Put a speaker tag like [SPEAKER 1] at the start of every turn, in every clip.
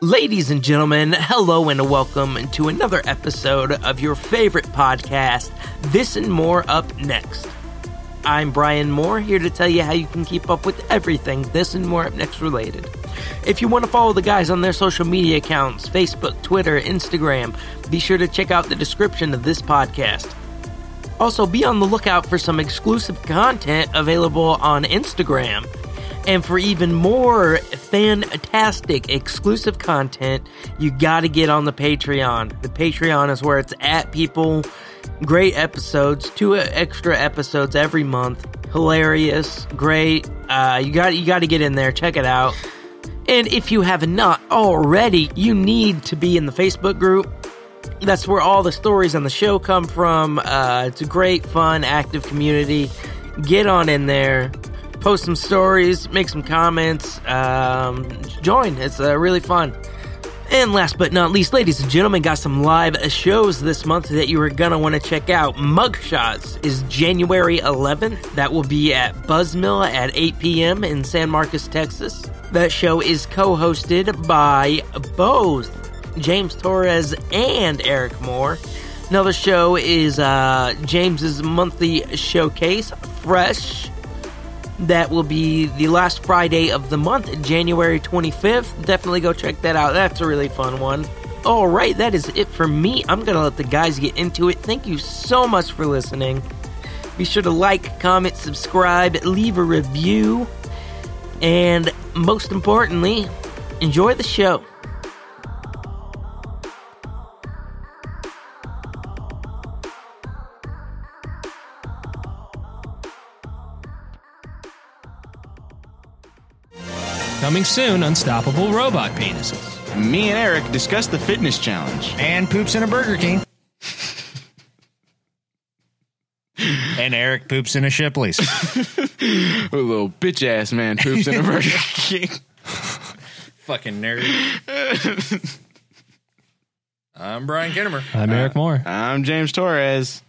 [SPEAKER 1] Ladies and gentlemen, hello and welcome to another episode of your favorite podcast, This and More Up Next. I'm Brian Moore, here to tell you how you can keep up with everything this and more up next related. If you want to follow the guys on their social media accounts Facebook, Twitter, Instagram be sure to check out the description of this podcast. Also, be on the lookout for some exclusive content available on Instagram. And for even more fantastic exclusive content, you got to get on the Patreon. The Patreon is where it's at, people. Great episodes, two extra episodes every month. Hilarious, great. Uh, you got you got to get in there. Check it out. And if you have not already, you need to be in the Facebook group. That's where all the stories on the show come from. Uh, it's a great, fun, active community. Get on in there, post some stories, make some comments, um, join. It's uh, really fun. And last but not least, ladies and gentlemen, got some live shows this month that you are gonna want to check out. Mugshots is January 11th. That will be at Buzzmill at 8 p.m. in San Marcos, Texas. That show is co-hosted by both James Torres and Eric Moore. Another show is uh, James's monthly showcase, Fresh. That will be the last Friday of the month, January 25th. Definitely go check that out. That's a really fun one. All right, that is it for me. I'm going to let the guys get into it. Thank you so much for listening. Be sure to like, comment, subscribe, leave a review, and most importantly, enjoy the show.
[SPEAKER 2] Coming soon, unstoppable robot penises.
[SPEAKER 3] Me and Eric discussed the fitness challenge.
[SPEAKER 4] And poops in a Burger King. and Eric poops in a Shipley's.
[SPEAKER 3] A little bitch ass man poops in a Burger King.
[SPEAKER 5] Fucking nerd. I'm Brian Kinnemer.
[SPEAKER 2] I'm Eric Moore.
[SPEAKER 3] I'm James Torres.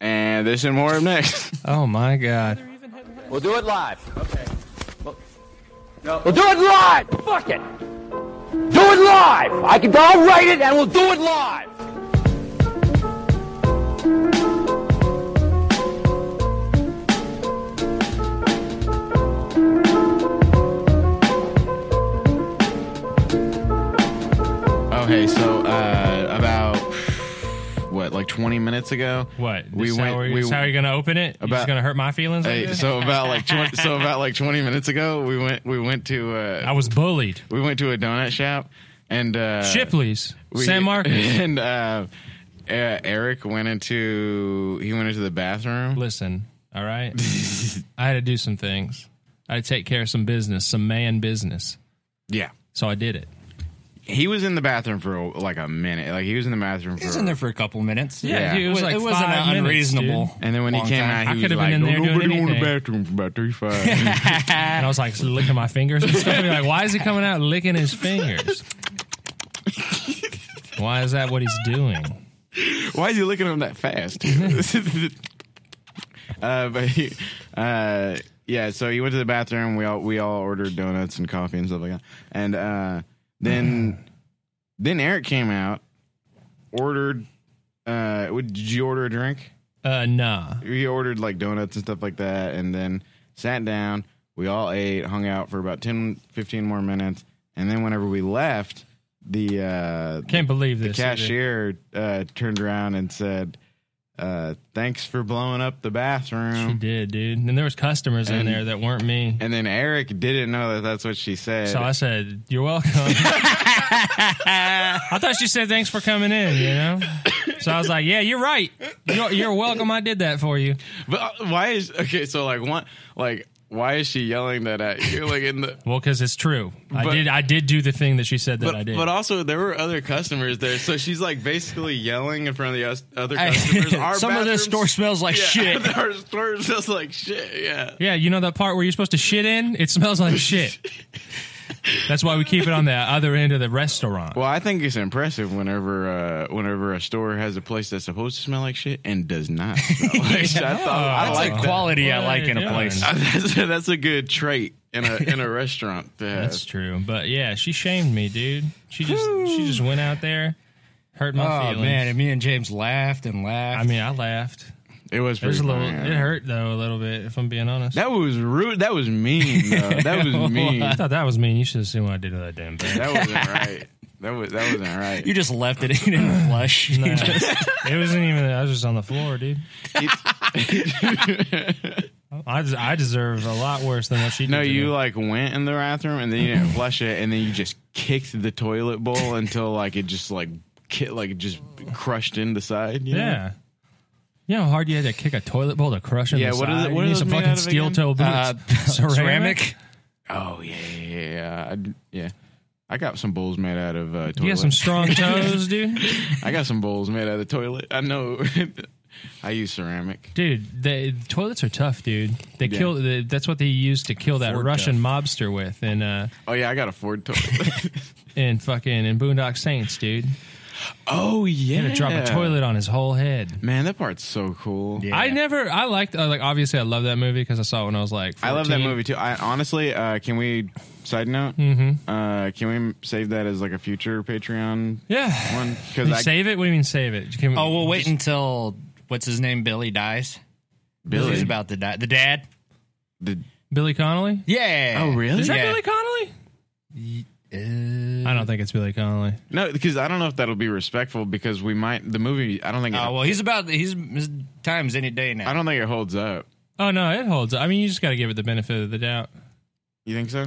[SPEAKER 3] And this and more up next.
[SPEAKER 2] Oh my god.
[SPEAKER 6] We'll do it live. Okay. We'll, do it live. Fuck it. Do it live. I can. I'll write it, and we'll do it live.
[SPEAKER 3] Oh, hey, so uh, about what, like 20 minutes ago?
[SPEAKER 2] What? This
[SPEAKER 3] We
[SPEAKER 2] is
[SPEAKER 3] went.
[SPEAKER 2] how, we,
[SPEAKER 3] we,
[SPEAKER 2] this how you're gonna open it? you
[SPEAKER 3] About-
[SPEAKER 2] just gonna hurt my feelings? like
[SPEAKER 3] hey,
[SPEAKER 2] this?
[SPEAKER 3] so about like 20, so about like 20 minutes ago, we went we went to
[SPEAKER 2] I
[SPEAKER 3] uh,
[SPEAKER 2] was bullied.
[SPEAKER 3] we went to a donut shop and uh,
[SPEAKER 2] Shipley's,
[SPEAKER 3] we-
[SPEAKER 2] San Marcos.
[SPEAKER 3] and uh, uh, Eric went into he went into the bathroom.
[SPEAKER 2] Listen, all right. I had to do some things. I had to take care of some business, some man business.
[SPEAKER 3] Yeah.
[SPEAKER 2] So I did it.
[SPEAKER 3] He was in the bathroom for like a minute. Like he was in the bathroom for.
[SPEAKER 4] He's in there for a couple minutes.
[SPEAKER 3] Yeah.
[SPEAKER 2] dude, it
[SPEAKER 4] It,
[SPEAKER 2] was like
[SPEAKER 4] was not
[SPEAKER 2] five minutes,
[SPEAKER 4] unreasonable.
[SPEAKER 2] dude.
[SPEAKER 3] and then when he
[SPEAKER 4] long
[SPEAKER 3] came
[SPEAKER 4] time.
[SPEAKER 3] out,
[SPEAKER 2] I
[SPEAKER 3] he was
[SPEAKER 2] could've been
[SPEAKER 3] like,
[SPEAKER 2] in there
[SPEAKER 3] "No,
[SPEAKER 2] doing
[SPEAKER 3] nobody go in the
[SPEAKER 2] anything."
[SPEAKER 3] bathroom for about three five.
[SPEAKER 2] And I was like licking my fingers and stuff. I'd be like, why is he coming out licking his fingers? Why is that what he's doing?
[SPEAKER 3] Why is he looking at him that fast? uh, but he, uh, yeah, so he went to the bathroom. We all we all ordered donuts and coffee and stuff like that. And uh, then then Eric came out, ordered. Uh, what- did you order a drink?
[SPEAKER 2] Uh, nah.
[SPEAKER 3] we ordered like donuts and stuff like that and then sat down we all ate hung out for about 10 15 more minutes and then whenever we left the uh
[SPEAKER 2] Can't believe
[SPEAKER 3] the
[SPEAKER 2] this. either.
[SPEAKER 3] cashier uh turned around and said uh thanks for blowing up the
[SPEAKER 2] She
[SPEAKER 3] bathroom
[SPEAKER 2] did, dude. And there was customers in
[SPEAKER 3] And-
[SPEAKER 2] there that weren't me.
[SPEAKER 3] and then eric didn't know that that's what she said
[SPEAKER 2] So I said, "You're welcome." I thought she said, "Thanks for coming in," you know. So I was like, "Yeah, you're right. You're, you're welcome. I did that for you."
[SPEAKER 3] but uh, why is okay so like one like why is she yelling that at you like in the
[SPEAKER 2] Well, because it's true. I
[SPEAKER 3] But-
[SPEAKER 2] did. I did do the thing that she said that
[SPEAKER 3] but,
[SPEAKER 2] I did.
[SPEAKER 3] but also there were other customers there, so she's like basically yelling in front of the us- other customers. Our
[SPEAKER 4] Some of this
[SPEAKER 3] bathrooms-
[SPEAKER 4] store smells like
[SPEAKER 3] Yeah,
[SPEAKER 4] shit.
[SPEAKER 3] Our store smells like shit. Yeah.
[SPEAKER 2] yeah, you know that part where you're supposed to shit in? It smells like shit. That's why we keep it on the other end of the restaurant.
[SPEAKER 3] Well, I think it's impressive whenever uh, whenever a store has a place that's supposed to smell like shit and does not smell like shit. I, thought, I
[SPEAKER 4] That's
[SPEAKER 3] like
[SPEAKER 4] a quality I
[SPEAKER 2] What
[SPEAKER 4] like
[SPEAKER 2] are
[SPEAKER 4] in
[SPEAKER 2] you
[SPEAKER 4] a place.
[SPEAKER 2] doing?
[SPEAKER 3] that's, that's a good trait in a in a restaurant. To have.
[SPEAKER 2] That's true. But yeah, she shamed me, dude. She just she just went out there, hurt my
[SPEAKER 4] Oh
[SPEAKER 2] feelings.
[SPEAKER 4] man, and me and James laughed and laughed.
[SPEAKER 2] I mean, I laughed.
[SPEAKER 3] It was
[SPEAKER 2] It
[SPEAKER 3] pretty
[SPEAKER 2] was a little.
[SPEAKER 3] funny.
[SPEAKER 2] It hurt though a little bit. If I'm being honest.
[SPEAKER 3] That was rude. That was mean. Though. That was mean.
[SPEAKER 2] I
[SPEAKER 3] that
[SPEAKER 2] thought that was mean. You should have seen what I did to that damn thing.
[SPEAKER 3] wasn't right. That was that wasn't right.
[SPEAKER 4] you just left it in and flush. You
[SPEAKER 2] Nah,
[SPEAKER 4] just-
[SPEAKER 2] it wasn't even. I was just on the floor, dude. I des- I deserve a lot worse than what she did.
[SPEAKER 3] no,
[SPEAKER 2] to
[SPEAKER 3] you
[SPEAKER 2] me.
[SPEAKER 3] like went in the bathroom and then you didn't flush it and then you just kicked the toilet bowl until like it just like ki- like it just crushed in the side. you know?
[SPEAKER 2] Yeah. You know how hard you had to kick a toilet bowl to crush it.
[SPEAKER 3] Yeah,
[SPEAKER 2] The
[SPEAKER 3] what are
[SPEAKER 2] side?
[SPEAKER 3] the- what
[SPEAKER 2] you
[SPEAKER 3] are
[SPEAKER 2] need
[SPEAKER 3] those
[SPEAKER 2] some
[SPEAKER 3] made out
[SPEAKER 2] fucking
[SPEAKER 3] of
[SPEAKER 2] steel
[SPEAKER 3] again?
[SPEAKER 2] toe boots.
[SPEAKER 4] uh, ceramic.
[SPEAKER 3] Oh yeah, yeah, yeah, yeah. I d- yeah. I got some bowls made out of uh, toilet.
[SPEAKER 2] You got some strong toes, dude.
[SPEAKER 3] I got some bowls made out of toilet. I know. I use ceramic.
[SPEAKER 2] Dude, the toilets are tough, dude. They
[SPEAKER 3] Yeah.
[SPEAKER 2] kill. The, that's what they used to kill that
[SPEAKER 4] Ford
[SPEAKER 2] Russian mobster with, in uh,
[SPEAKER 3] Oh yeah, I got a Ford toilet.
[SPEAKER 2] in fucking in Boondock Saints, dude.
[SPEAKER 3] oh yeah,
[SPEAKER 2] Gonna drop a toilet on his whole head.
[SPEAKER 3] Man, that part's so cool.
[SPEAKER 4] Yeah.
[SPEAKER 2] I never. I liked. Uh, like obviously, I love that movie because I saw it when I was like. 14.
[SPEAKER 3] I love that movie too. I honestly, uh, can we side note? Mm-hmm. Uh, can we save that as like a future Patreon
[SPEAKER 2] Yeah.
[SPEAKER 3] one?
[SPEAKER 2] You
[SPEAKER 3] Because I
[SPEAKER 2] save it? What do you mean save it? Can we-
[SPEAKER 4] Oh, we'll wait until what's his name? Billy dies.
[SPEAKER 3] Billy.
[SPEAKER 4] He's about to die. The dad.
[SPEAKER 3] did-
[SPEAKER 2] Billy Connolly.
[SPEAKER 4] Yeah.
[SPEAKER 3] Oh, really?
[SPEAKER 2] Is that
[SPEAKER 4] Yeah.
[SPEAKER 2] Billy Connolly?
[SPEAKER 4] Uh,
[SPEAKER 2] I don't think it's Billy Connolly.
[SPEAKER 3] no, because I don't know if that'll be respectful because we might the movie. I don't think. It,
[SPEAKER 4] oh well, he's about he's his time's any day now.
[SPEAKER 3] I don't think it holds up.
[SPEAKER 2] Oh no, it holds. up. I mean, you just got to give it the benefit of the doubt.
[SPEAKER 3] You think so?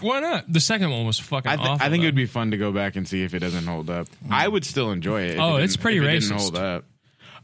[SPEAKER 2] Why not? The second one was fucking
[SPEAKER 3] I, th-
[SPEAKER 2] awful.
[SPEAKER 3] I think it
[SPEAKER 2] though. Mm.
[SPEAKER 3] would be fun to go back and see if it doesn't hold up. I would still enjoy it. if
[SPEAKER 2] Oh,
[SPEAKER 3] it
[SPEAKER 2] it's
[SPEAKER 3] didn't-
[SPEAKER 2] pretty
[SPEAKER 3] if it didn't
[SPEAKER 2] racist.
[SPEAKER 3] hold up.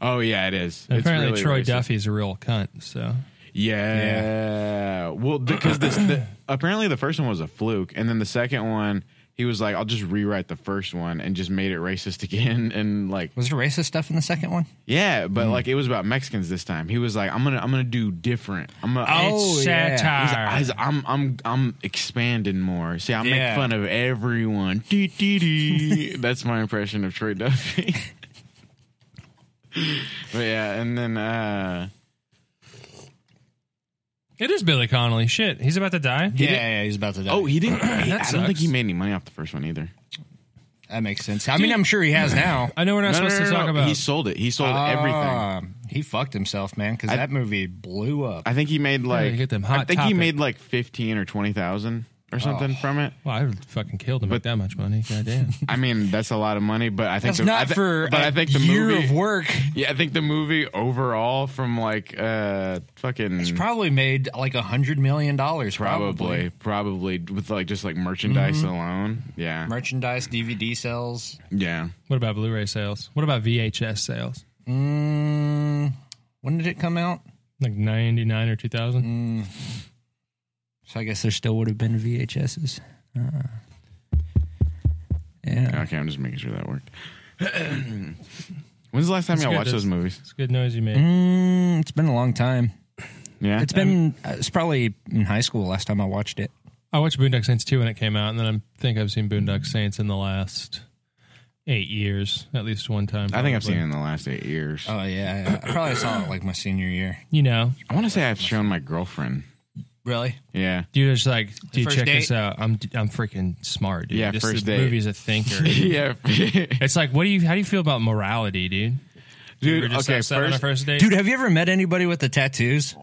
[SPEAKER 3] Oh yeah, it is. It's
[SPEAKER 2] Apparently,
[SPEAKER 3] really
[SPEAKER 2] Troy
[SPEAKER 3] racist.
[SPEAKER 2] Duffy's a real cunt. So
[SPEAKER 3] Yeah. Well, because this the, apparently the first one was a fluke, and then the second one he was like, "I'll just rewrite the first one and just made it racist again." And like,
[SPEAKER 4] Was there racist stuff in the second one?
[SPEAKER 3] yeah,
[SPEAKER 2] Mm.
[SPEAKER 3] but like it was about Mexicans this time. He was like, "I'm gonna, I'm gonna do different. I'm gonna."
[SPEAKER 4] Oh,
[SPEAKER 2] it's
[SPEAKER 4] yeah.
[SPEAKER 2] satire.
[SPEAKER 3] I was- I'm I'm I'm expanding more. See, I make
[SPEAKER 4] Yeah.
[SPEAKER 3] fun of everyone. Dee, dee, dee. That's my impression of Troy Duffy. but yeah, and then uh
[SPEAKER 2] It is Billy Connolly. Shit, he's about to die.
[SPEAKER 4] Yeah, yeah, he's about to die.
[SPEAKER 3] oh, he didn't. I don't think
[SPEAKER 2] sucks.
[SPEAKER 3] he made any money off the first one either.
[SPEAKER 4] that makes sense. I mean, I'm sure he has now.
[SPEAKER 2] I know we're not
[SPEAKER 3] No, no,
[SPEAKER 2] supposed
[SPEAKER 3] no,
[SPEAKER 2] to
[SPEAKER 3] no,
[SPEAKER 2] talk
[SPEAKER 3] no.
[SPEAKER 2] about.
[SPEAKER 3] He sold it. He sold everything.
[SPEAKER 4] Ah, he fucked himself, man, because that movie blew up.
[SPEAKER 3] I think he made like
[SPEAKER 2] get them
[SPEAKER 3] I
[SPEAKER 2] Hot
[SPEAKER 3] think he
[SPEAKER 2] Topic. Oh.
[SPEAKER 3] made like fifteen or twenty thousand or something from it.
[SPEAKER 2] Well, I would fucking kill to make that much money. Goddamn.
[SPEAKER 3] I mean, that's a lot of money, but I think
[SPEAKER 4] That's
[SPEAKER 3] the- I
[SPEAKER 4] not
[SPEAKER 3] thi-
[SPEAKER 4] for
[SPEAKER 3] But
[SPEAKER 4] a
[SPEAKER 3] I think the
[SPEAKER 4] year
[SPEAKER 3] movie.
[SPEAKER 4] of work.
[SPEAKER 3] yeah, I think the movie overall from like uh fucking
[SPEAKER 4] He's probably made like a hundred million dollars.
[SPEAKER 3] probably probably with like just like merchandise
[SPEAKER 4] Mm-hmm.
[SPEAKER 3] alone. Yeah,
[SPEAKER 4] merchandise, DVD sales.
[SPEAKER 3] yeah.
[SPEAKER 2] What about Blu-ray sales? What about VHS sales?
[SPEAKER 4] Mm, when did it come out?
[SPEAKER 2] Like ninety nine or two
[SPEAKER 3] Mm.
[SPEAKER 2] thousand?
[SPEAKER 4] So I guess there still would have been VHSs. Uh, yeah.
[SPEAKER 3] Okay, I'm just making sure that worked. When's the last time
[SPEAKER 2] That's
[SPEAKER 3] y'all
[SPEAKER 2] good.
[SPEAKER 3] watched those
[SPEAKER 2] That's-
[SPEAKER 3] movies?
[SPEAKER 2] It's good noise you made.
[SPEAKER 4] Mm, it's been a long time.
[SPEAKER 3] Yeah,
[SPEAKER 4] It's been. uh, It's probably in high school last time I watched it.
[SPEAKER 2] I watched Boondock Saints 2 when it came out, and then I think I've seen Boondock Saints in the last eight years, at least one time.
[SPEAKER 3] I think I've seen
[SPEAKER 2] probably.
[SPEAKER 3] it in the last eight years.
[SPEAKER 4] Oh yeah, yeah. I probably saw it like my senior year.
[SPEAKER 2] You know,
[SPEAKER 3] I want to say I've shown my girlfriend.
[SPEAKER 4] Really?
[SPEAKER 3] Yeah,
[SPEAKER 2] dude, it's like, dude,
[SPEAKER 4] first
[SPEAKER 2] check
[SPEAKER 4] date?
[SPEAKER 2] this out. I'm I'm freaking smart, dude.
[SPEAKER 3] Yeah,
[SPEAKER 2] this
[SPEAKER 3] first
[SPEAKER 2] is-
[SPEAKER 3] date.
[SPEAKER 2] movie's a thinker.
[SPEAKER 3] yeah.
[SPEAKER 2] it's like, what do you? How do you feel about morality, dude? We were
[SPEAKER 3] Dude,
[SPEAKER 2] just
[SPEAKER 3] okay,
[SPEAKER 2] upset on our
[SPEAKER 3] first,
[SPEAKER 2] first date,
[SPEAKER 4] Dude, have you ever met anybody with the tattoos?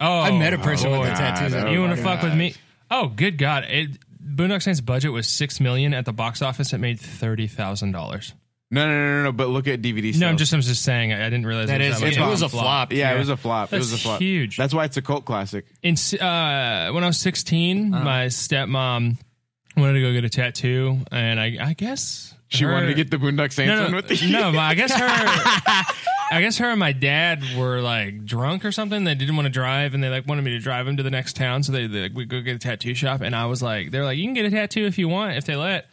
[SPEAKER 2] Oh,
[SPEAKER 4] I met a person
[SPEAKER 2] boy.
[SPEAKER 4] with the tattoos.
[SPEAKER 3] God,
[SPEAKER 2] You want
[SPEAKER 3] Oh
[SPEAKER 2] to
[SPEAKER 3] my
[SPEAKER 2] fuck with
[SPEAKER 3] God.
[SPEAKER 2] me? Oh, good God! It, Boondock Saints budget was six million at the box office. It made thirty thousand dollars.
[SPEAKER 3] no, no, no, no, no, but look at DVD sales.
[SPEAKER 2] No, I'm just I'm just saying. I, I didn't realize
[SPEAKER 4] That
[SPEAKER 2] it
[SPEAKER 4] is,
[SPEAKER 2] was,
[SPEAKER 4] it
[SPEAKER 2] much of
[SPEAKER 4] was a flop.
[SPEAKER 3] Yeah, it was a flop. it was a
[SPEAKER 2] That's
[SPEAKER 3] flop.
[SPEAKER 2] huge.
[SPEAKER 3] That's why it's a cult classic.
[SPEAKER 2] in uh, when I was 16,
[SPEAKER 3] Uh-huh.
[SPEAKER 2] my stepmom wanted to go get a tattoo, and I, I guess
[SPEAKER 3] She
[SPEAKER 2] her-
[SPEAKER 3] wanted to get the Boondock Saints
[SPEAKER 2] no,
[SPEAKER 3] one
[SPEAKER 2] no,
[SPEAKER 3] with the
[SPEAKER 2] no, but I guess her. I guess her and my dad were like drunk or something. They didn't want to drive, and they like wanted me to drive them to the next town. So they, they like, we go get a tattoo shop, and I was like, they're like, you can get a tattoo if you want, if they let.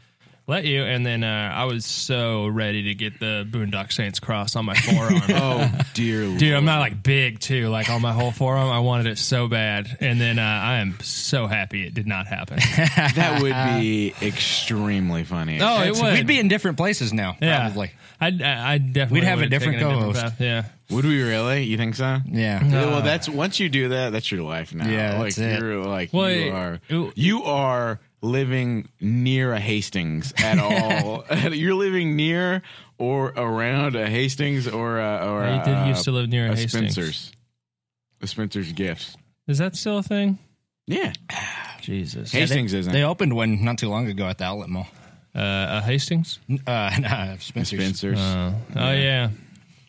[SPEAKER 2] let you. And then uh, I was so ready to get the Boondock Saints cross on my forearm.
[SPEAKER 3] Oh dear,
[SPEAKER 2] Dude, I'm not like big too. Like on my whole forearm, I wanted it so bad, and then uh, I am so happy it did not happen.
[SPEAKER 3] that would be extremely funny.
[SPEAKER 2] oh, it
[SPEAKER 4] It's-
[SPEAKER 2] would.
[SPEAKER 4] We'd be in different places now,
[SPEAKER 2] yeah.
[SPEAKER 4] probably.
[SPEAKER 2] I'd- I, I definitely.
[SPEAKER 4] We'd have a
[SPEAKER 2] would've
[SPEAKER 4] different
[SPEAKER 2] taken
[SPEAKER 4] co-host.
[SPEAKER 2] path, yeah.
[SPEAKER 3] would we really? You think so?
[SPEAKER 4] Yeah.
[SPEAKER 3] Yeah, well, that's once you do that, that's your life now.
[SPEAKER 4] Yeah,
[SPEAKER 3] like
[SPEAKER 4] that's it.
[SPEAKER 3] you're like
[SPEAKER 2] Well,
[SPEAKER 3] you
[SPEAKER 2] it-
[SPEAKER 3] are
[SPEAKER 2] it-
[SPEAKER 3] you are living near a Hastings at all. you're living near or around a Hastings or a, or
[SPEAKER 2] I did
[SPEAKER 3] a,
[SPEAKER 2] used to live near a,
[SPEAKER 3] a
[SPEAKER 2] Hastings.
[SPEAKER 3] Spencer's, a Spencer's gifts.
[SPEAKER 2] Is that still a thing?
[SPEAKER 3] Yeah,
[SPEAKER 2] Jesus. Uh,
[SPEAKER 3] Hastings isn't.
[SPEAKER 4] They opened one not too long ago at the Outlet Mall.
[SPEAKER 2] a Hastings.
[SPEAKER 4] Uh, nah, Spencer's.
[SPEAKER 3] Spencer's.
[SPEAKER 2] Oh, oh yeah,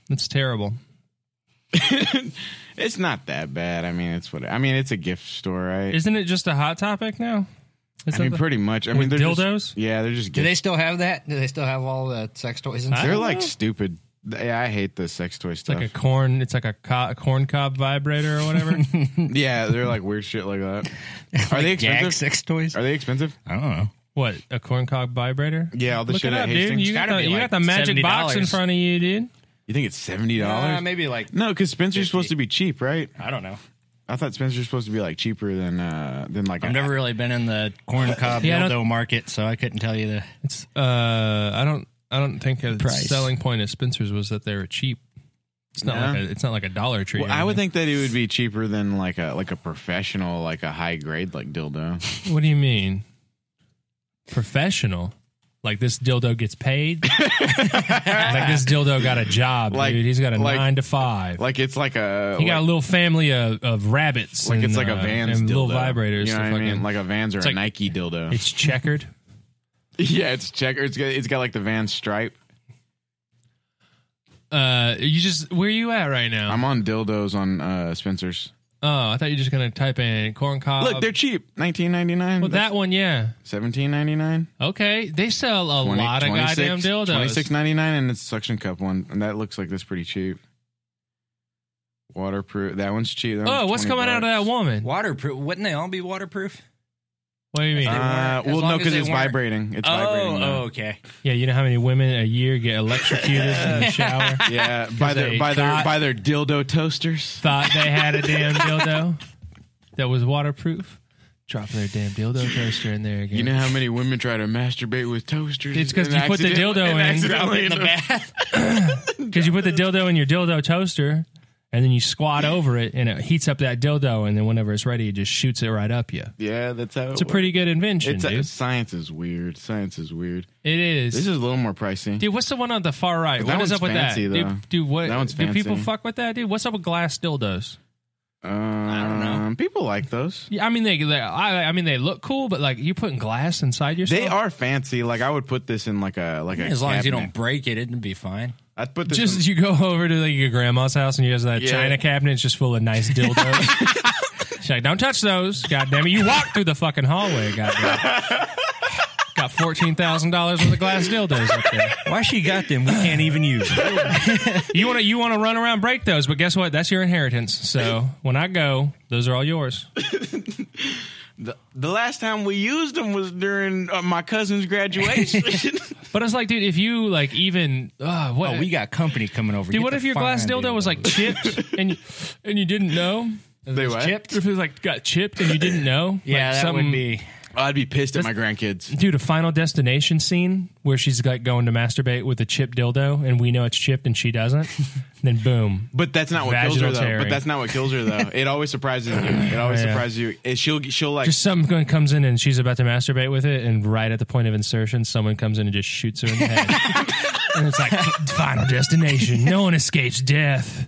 [SPEAKER 2] it's terrible. Uh,
[SPEAKER 3] it's not that bad. I mean, it's what I mean. It's a gift store, right?
[SPEAKER 2] Isn't it just a hot topic now? Is
[SPEAKER 3] I mean,
[SPEAKER 2] that the-
[SPEAKER 3] pretty much. I mean,
[SPEAKER 2] with
[SPEAKER 3] they're just-
[SPEAKER 2] dildos?
[SPEAKER 3] yeah, they're just.
[SPEAKER 4] Do
[SPEAKER 3] Gift
[SPEAKER 4] they still have that? Do they still have all the sex toys and
[SPEAKER 2] I
[SPEAKER 4] stuff?
[SPEAKER 3] They're
[SPEAKER 2] don't
[SPEAKER 3] like
[SPEAKER 2] know.
[SPEAKER 3] stupid. Yeah, I hate the sex toy
[SPEAKER 2] it's
[SPEAKER 3] stuff.
[SPEAKER 2] like a corn. It's like a, co- a corn cob vibrator or whatever.
[SPEAKER 3] yeah, they're like weird shit like that. Are they
[SPEAKER 4] Gag
[SPEAKER 3] expensive?
[SPEAKER 4] sex toys?
[SPEAKER 3] Are they expensive?
[SPEAKER 4] I don't know.
[SPEAKER 2] what a corn cob vibrator?
[SPEAKER 3] Yeah, all the
[SPEAKER 2] Look
[SPEAKER 3] shit
[SPEAKER 2] it
[SPEAKER 3] at
[SPEAKER 2] up, dude.
[SPEAKER 3] Hastings.
[SPEAKER 2] You, got
[SPEAKER 4] gotta
[SPEAKER 2] the,
[SPEAKER 4] be
[SPEAKER 2] you
[SPEAKER 4] like
[SPEAKER 2] got the magic box in
[SPEAKER 4] $70.
[SPEAKER 2] front of you, dude.
[SPEAKER 3] You think it's seventy dollars?
[SPEAKER 4] Uh, maybe like,
[SPEAKER 3] no, because Spencer's supposed to be cheap, right?
[SPEAKER 4] I don't know.
[SPEAKER 3] I thought Spencer's supposed to be like cheaper than uh than like.
[SPEAKER 4] I've never really been in the corn cob
[SPEAKER 2] Yeah, I don't-
[SPEAKER 4] dildo market, so I couldn't tell you the.
[SPEAKER 2] It's uh, I don't, I don't think the
[SPEAKER 4] Price.
[SPEAKER 2] selling point of Spencer's was that they were cheap. It's not
[SPEAKER 3] No.
[SPEAKER 2] like a, it's not like a Dollar Tree.
[SPEAKER 3] Well,
[SPEAKER 2] or
[SPEAKER 3] I would
[SPEAKER 2] anything.
[SPEAKER 3] think that it would be cheaper than like a like a professional like a high grade like dildo.
[SPEAKER 2] What do you mean? Professional. Like this dildo gets paid. like this dildo got a job,
[SPEAKER 3] Like-
[SPEAKER 2] dude. He's got a
[SPEAKER 3] like-
[SPEAKER 2] nine to five.
[SPEAKER 3] Like it's like a
[SPEAKER 2] he got a
[SPEAKER 3] like,
[SPEAKER 2] little family of, of rabbits.
[SPEAKER 3] like
[SPEAKER 2] and,
[SPEAKER 3] it's like a
[SPEAKER 2] uh,
[SPEAKER 3] Vans
[SPEAKER 2] and
[SPEAKER 3] dildo.
[SPEAKER 2] little vibrators.
[SPEAKER 3] You know
[SPEAKER 2] to
[SPEAKER 3] what I mean?
[SPEAKER 2] fucking-
[SPEAKER 3] Like a Vans or a
[SPEAKER 2] like-
[SPEAKER 3] Nike dildo.
[SPEAKER 2] it's checkered.
[SPEAKER 3] yeah, it's checker. It's got it's got like the Vans stripe.
[SPEAKER 2] Uh, you just where you at right now?
[SPEAKER 3] I'm on dildos on uh Spencer's.
[SPEAKER 2] oh, I thought you were just gonna type in corn cob.
[SPEAKER 3] Look, they're cheap. Nineteen ninety nine.
[SPEAKER 2] Um, well, that one, yeah.
[SPEAKER 3] seventeen ninety nine.
[SPEAKER 2] Okay, they sell a lot of goddamn dildos.
[SPEAKER 3] Twenty six ninety nine, and it's a suction cup one, and that looks like that's pretty cheap. Waterproof. That one's cheap. That
[SPEAKER 2] Oh,
[SPEAKER 3] one's
[SPEAKER 2] what's
[SPEAKER 3] 20
[SPEAKER 2] coming out of that
[SPEAKER 3] bucks.
[SPEAKER 2] woman? What
[SPEAKER 4] Waterproof. Wouldn't they all be waterproof?
[SPEAKER 2] do you mean?
[SPEAKER 3] Uh,
[SPEAKER 4] As
[SPEAKER 3] well, no,
[SPEAKER 4] long as
[SPEAKER 3] because
[SPEAKER 4] they
[SPEAKER 3] it's
[SPEAKER 4] weren't-
[SPEAKER 3] vibrating. It's vibrating. though.
[SPEAKER 4] Oh, okay.
[SPEAKER 2] yeah, you know how many women a year get electrocuted in the shower?
[SPEAKER 3] Yeah, by their
[SPEAKER 2] they
[SPEAKER 3] by their
[SPEAKER 2] thought-
[SPEAKER 3] by their dildo toasters.
[SPEAKER 2] Thought they had a damn dildo that was waterproof. Dropping their damn dildo toaster in there again.
[SPEAKER 3] You know how many women try to masturbate with toasters?
[SPEAKER 2] It's 'cause
[SPEAKER 3] and
[SPEAKER 2] you put the
[SPEAKER 3] accidentally-
[SPEAKER 2] dildo
[SPEAKER 3] and
[SPEAKER 2] in.
[SPEAKER 3] accidentally
[SPEAKER 4] In the bath.
[SPEAKER 2] Because you put the dildo in your dildo toaster, and then you squat over it, and it heats up that dildo, and then whenever it's ready, it just shoots it right up you.
[SPEAKER 3] Yeah, that's how.
[SPEAKER 2] It's a pretty good invention,
[SPEAKER 3] It's
[SPEAKER 2] dude.
[SPEAKER 3] a, science is weird. Science is weird.
[SPEAKER 2] it is.
[SPEAKER 3] This is a little more pricey.
[SPEAKER 2] Dude, what's the one on the far right?
[SPEAKER 3] That
[SPEAKER 2] What
[SPEAKER 3] one's
[SPEAKER 2] is up with
[SPEAKER 3] fancy,
[SPEAKER 2] that?
[SPEAKER 3] though.
[SPEAKER 2] Dude, dude, what?
[SPEAKER 3] That one's
[SPEAKER 2] Do people
[SPEAKER 3] fancy.
[SPEAKER 2] fuck with that, dude? What's up with glass dildos?
[SPEAKER 3] um, I
[SPEAKER 4] don't know.
[SPEAKER 3] People like those.
[SPEAKER 2] Yeah, I mean they, they I, I mean they look cool, but like you putting glass inside yourself.
[SPEAKER 3] They are fancy. Like I would put this in like a like a
[SPEAKER 4] As long as you don't
[SPEAKER 3] cabinet.
[SPEAKER 4] break it, it'd be fine.
[SPEAKER 3] I'd put this in-
[SPEAKER 2] Just you go over to like your grandma's house and you guys that
[SPEAKER 3] Yeah.
[SPEAKER 2] china cabinet it's just full of nice dildos. She's like, "Don't touch those, God damn it! You walk through the fucking hallway, goddamn." Got fourteen thousand dollars worth of glass dildos up there.
[SPEAKER 4] Why she got them? We can't even use them.
[SPEAKER 2] You want to you want to run around break those, but guess what? That's your inheritance. So when I go, those are all yours.
[SPEAKER 3] The, the last time we used them was during uh, my cousin's graduation.
[SPEAKER 2] But it's like, dude, if you like even uh, what
[SPEAKER 4] Oh, we got company coming over.
[SPEAKER 2] Dude,
[SPEAKER 4] Get
[SPEAKER 2] what
[SPEAKER 4] the
[SPEAKER 2] if your glass
[SPEAKER 4] fine
[SPEAKER 2] dildo was like chipped and you, and you didn't know?
[SPEAKER 3] they what?
[SPEAKER 4] chipped?
[SPEAKER 2] If it was like got chipped and you didn't know?
[SPEAKER 4] Yeah,
[SPEAKER 2] Like,
[SPEAKER 4] that
[SPEAKER 2] something-
[SPEAKER 4] would be.
[SPEAKER 3] I'd be pissed at my grandkids.
[SPEAKER 2] Dude, a final destination scene where she's like going to masturbate with a chipped dildo and we know it's chipped and she doesn't. then boom.
[SPEAKER 3] But that's not what
[SPEAKER 2] Vaginal
[SPEAKER 3] kills her though.
[SPEAKER 2] tearing.
[SPEAKER 3] But that's not what kills her though. It always surprises you. It always
[SPEAKER 2] Yeah.
[SPEAKER 3] surprises you. And she'll she'll like
[SPEAKER 2] Just someone going- comes in and she's about to masturbate with it, and right at the point of insertion, someone comes in and just shoots her in the head. and it's like, final destination. No one escapes death.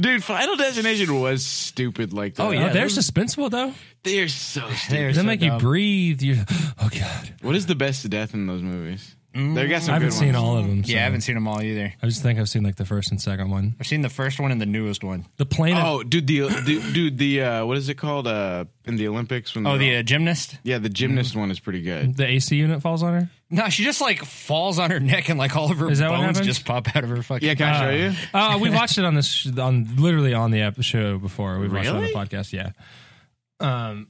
[SPEAKER 3] dude. Final Destination was stupid like that.
[SPEAKER 4] Oh,
[SPEAKER 2] Oh,
[SPEAKER 4] yeah.
[SPEAKER 2] they're suspenseful, though.
[SPEAKER 3] they're so stupid.
[SPEAKER 4] They
[SPEAKER 2] They make you breathe. You're, oh, God.
[SPEAKER 3] What is the best death in those movies? They got some.
[SPEAKER 2] I haven't
[SPEAKER 3] good
[SPEAKER 2] seen
[SPEAKER 3] ones.
[SPEAKER 2] all of them.
[SPEAKER 4] Yeah, I
[SPEAKER 2] so-
[SPEAKER 4] haven't seen them all either.
[SPEAKER 2] I just think I've seen like the first and second one.
[SPEAKER 4] I've seen the first one and the newest one.
[SPEAKER 2] The plane.
[SPEAKER 3] Oh, dude, the dude, dude the uh, what is it called uh, in the Olympics? When
[SPEAKER 4] Oh,
[SPEAKER 3] they're
[SPEAKER 4] the
[SPEAKER 3] all-
[SPEAKER 4] uh, gymnast.
[SPEAKER 3] yeah, the gymnast one is pretty good.
[SPEAKER 2] the AC unit falls on her.
[SPEAKER 4] No, she just like falls on her neck and like all of her
[SPEAKER 2] Is that what
[SPEAKER 4] bones
[SPEAKER 2] happened?
[SPEAKER 4] just pop out of her fucking.
[SPEAKER 3] Yeah, can I show you?
[SPEAKER 2] Uh, we watched it on this sh- on literally on the ep- show before. We watched it on
[SPEAKER 3] Really?
[SPEAKER 2] the podcast. Yeah. Um.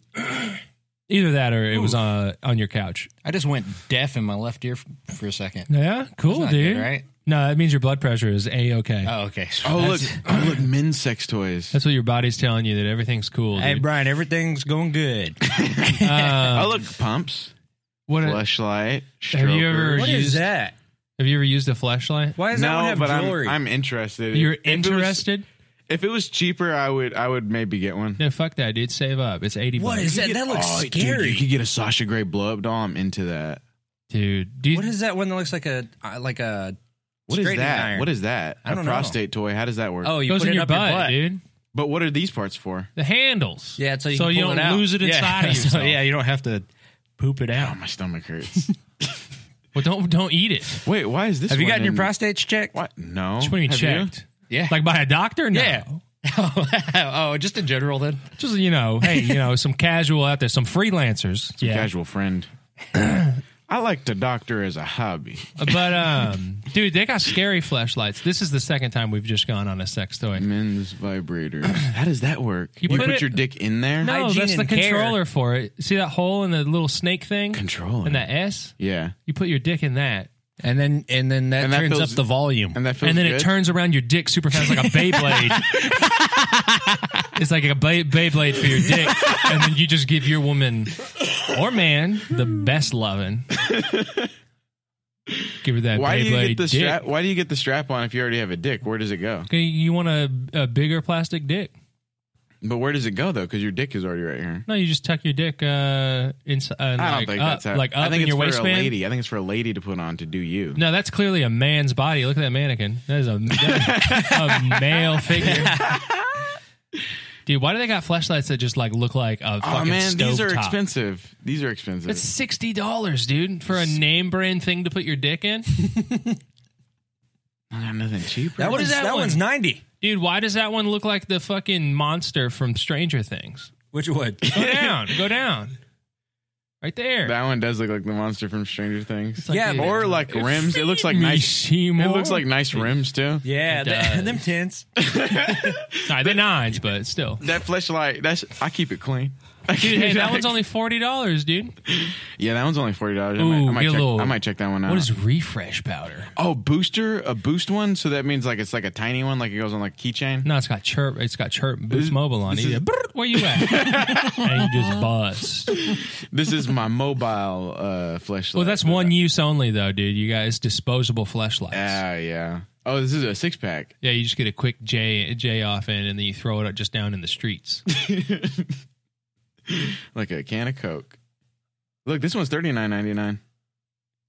[SPEAKER 2] Either that or it was uh, on your couch.
[SPEAKER 4] I just went deaf in my left ear f- for a second.
[SPEAKER 2] Yeah, cool,
[SPEAKER 4] not
[SPEAKER 2] dude.
[SPEAKER 4] good, right?
[SPEAKER 2] No, that means your blood pressure is a okay.
[SPEAKER 4] Oh, okay.
[SPEAKER 3] Oh
[SPEAKER 4] That's-
[SPEAKER 3] look! Oh look! Men's sex toys.
[SPEAKER 2] That's what your body's telling you that everything's cool.
[SPEAKER 4] Hey,
[SPEAKER 2] dude. Uh,
[SPEAKER 4] Brian, everything's going good.
[SPEAKER 3] oh look! Pumps,
[SPEAKER 2] what
[SPEAKER 3] flashlight.
[SPEAKER 2] Have you ever
[SPEAKER 3] strokers.
[SPEAKER 4] What is
[SPEAKER 2] used-
[SPEAKER 4] that?
[SPEAKER 2] have you ever used a flashlight?
[SPEAKER 4] Why does that one
[SPEAKER 3] No,
[SPEAKER 4] have
[SPEAKER 3] but
[SPEAKER 4] jewelry?
[SPEAKER 3] I'm, I'm interested.
[SPEAKER 2] You're
[SPEAKER 3] If it was-
[SPEAKER 2] interested?
[SPEAKER 3] If it was cheaper, I would I would maybe get one.
[SPEAKER 2] no, fuck that, dude. Save up. It's eighty.
[SPEAKER 4] What
[SPEAKER 2] bucks.
[SPEAKER 4] is that? That looks
[SPEAKER 3] Oh, dude,
[SPEAKER 4] scary.
[SPEAKER 3] you could get a Sasha Grey blow up doll. I'm into that.
[SPEAKER 2] dude? Do you,
[SPEAKER 4] what is that one that looks like a uh, like a
[SPEAKER 3] What is
[SPEAKER 4] straightening
[SPEAKER 3] that?
[SPEAKER 4] iron?
[SPEAKER 3] What is that?
[SPEAKER 4] I
[SPEAKER 3] A
[SPEAKER 4] don't know.
[SPEAKER 3] prostate toy. How does that work?
[SPEAKER 4] oh, you
[SPEAKER 2] goes
[SPEAKER 4] put
[SPEAKER 2] in
[SPEAKER 4] it
[SPEAKER 2] your
[SPEAKER 4] up
[SPEAKER 2] butt,
[SPEAKER 4] your butt.
[SPEAKER 2] dude?
[SPEAKER 3] but what are these parts for?
[SPEAKER 2] The handles.
[SPEAKER 4] Yeah, so you can pull
[SPEAKER 2] don't
[SPEAKER 4] it out.
[SPEAKER 2] lose it
[SPEAKER 4] Yeah.
[SPEAKER 2] inside of
[SPEAKER 4] So,
[SPEAKER 2] yourself.
[SPEAKER 4] yeah, you don't have to poop it
[SPEAKER 3] Oh,
[SPEAKER 4] out.
[SPEAKER 3] my stomach hurts.
[SPEAKER 2] Well, don't don't eat it. Just
[SPEAKER 3] Wait, why is this?
[SPEAKER 4] Have you
[SPEAKER 3] one
[SPEAKER 4] gotten your
[SPEAKER 3] in-
[SPEAKER 4] prostates checked?
[SPEAKER 3] What? No.
[SPEAKER 2] when you
[SPEAKER 3] Have
[SPEAKER 2] checked.
[SPEAKER 4] Yeah.
[SPEAKER 2] Like by a doctor? No.
[SPEAKER 4] Yeah. oh, just in general then.
[SPEAKER 2] Just you know, hey, you know, some casual out there, some freelancers.
[SPEAKER 3] Some Casual friend. I like to doctor as a hobby.
[SPEAKER 2] But um, dude, they got scary flashlights. This is the second time we've just gone on a sex toy.
[SPEAKER 3] Men's vibrators. How does that work? You,
[SPEAKER 2] put
[SPEAKER 3] put,
[SPEAKER 2] it-
[SPEAKER 3] your dick in there?
[SPEAKER 2] No,
[SPEAKER 4] Hygiene
[SPEAKER 2] that's the
[SPEAKER 4] and care.
[SPEAKER 2] controller for it. See that hole in the little snake thing?
[SPEAKER 3] Controller.
[SPEAKER 2] And that S?
[SPEAKER 3] Yeah.
[SPEAKER 2] You put your dick in that.
[SPEAKER 4] And then and then that
[SPEAKER 3] And that
[SPEAKER 4] turns
[SPEAKER 3] feels-
[SPEAKER 4] up the volume.
[SPEAKER 3] And that feels
[SPEAKER 2] and then it
[SPEAKER 3] good?
[SPEAKER 2] turns around your dick super fast like a Beyblade. it's like a Bey- Beyblade for your dick. and then you just give your woman or man the best loving. give her that
[SPEAKER 3] Why
[SPEAKER 2] Beyblade
[SPEAKER 3] do you get the
[SPEAKER 2] dick.
[SPEAKER 3] strap? Why do you get the strap on if you already have a dick? Where does it go?
[SPEAKER 2] Okay, You want a, a bigger plastic dick?
[SPEAKER 3] But where does it go though? Because your dick is already right here.
[SPEAKER 2] No, you just tuck your dick uh, inside. Uh,
[SPEAKER 3] I don't
[SPEAKER 2] like,
[SPEAKER 3] think
[SPEAKER 2] up,
[SPEAKER 3] that's how.
[SPEAKER 2] like up
[SPEAKER 3] I think
[SPEAKER 2] in
[SPEAKER 3] it's
[SPEAKER 2] your
[SPEAKER 3] for
[SPEAKER 2] waistband.
[SPEAKER 3] a lady. I think it's for a lady to put on to do you.
[SPEAKER 2] No, that's clearly a man's body. Look at that mannequin. That is a, that is a male figure. Dude, why do they got flashlights that just like look like a fucking
[SPEAKER 3] oh man,
[SPEAKER 2] stove
[SPEAKER 3] these are
[SPEAKER 2] top?
[SPEAKER 3] expensive. These are expensive.
[SPEAKER 2] That's sixty dollars, dude, for a name brand thing to put your dick in.
[SPEAKER 3] I got nothing cheaper.
[SPEAKER 4] that
[SPEAKER 2] what is
[SPEAKER 4] one's-
[SPEAKER 2] that
[SPEAKER 4] that
[SPEAKER 2] one?
[SPEAKER 4] one's 90.
[SPEAKER 2] Dude, why does that one look like the fucking monster from Stranger Things?
[SPEAKER 4] Which one?
[SPEAKER 2] Go down, go down, right there.
[SPEAKER 3] That one does look like the monster from Stranger Things.
[SPEAKER 2] It's like,
[SPEAKER 4] Yeah,
[SPEAKER 2] dude,
[SPEAKER 3] or like rims. It looks like
[SPEAKER 2] me,
[SPEAKER 3] nice.
[SPEAKER 2] Seymour.
[SPEAKER 3] It looks like nice rims too.
[SPEAKER 4] yeah,
[SPEAKER 2] does.
[SPEAKER 4] th- them tents.
[SPEAKER 2] Nah, they're nines, but still.
[SPEAKER 3] That flashlight. That's I keep it clean.
[SPEAKER 2] Dude, hey, that one's only forty dollars, dude.
[SPEAKER 3] yeah. That one's only forty dollars. I, might- I
[SPEAKER 2] Ooh,
[SPEAKER 3] might
[SPEAKER 2] get a
[SPEAKER 3] check,
[SPEAKER 2] little-
[SPEAKER 3] I might check that one out.
[SPEAKER 2] What is refresh powder?
[SPEAKER 3] oh booster a boost one? So that means like it's like a tiny one, like it goes on like a keychain.
[SPEAKER 2] No, it's got chirp. It's got chirp boost mobile on it.
[SPEAKER 3] this
[SPEAKER 2] You
[SPEAKER 3] is-
[SPEAKER 2] go, "Brrrt, where you at? and you just bust.
[SPEAKER 3] This is my mobile uh flashlight.
[SPEAKER 2] Well, that's one use only, though, dude. You guys disposable flashlights.
[SPEAKER 3] Ah, yeah. Oh, this is a six pack.
[SPEAKER 2] yeah, you just get a quick J J off in, and then you throw it up just down in the streets.
[SPEAKER 3] Like a can of Coke. Look, this one's thirty nine ninety nine.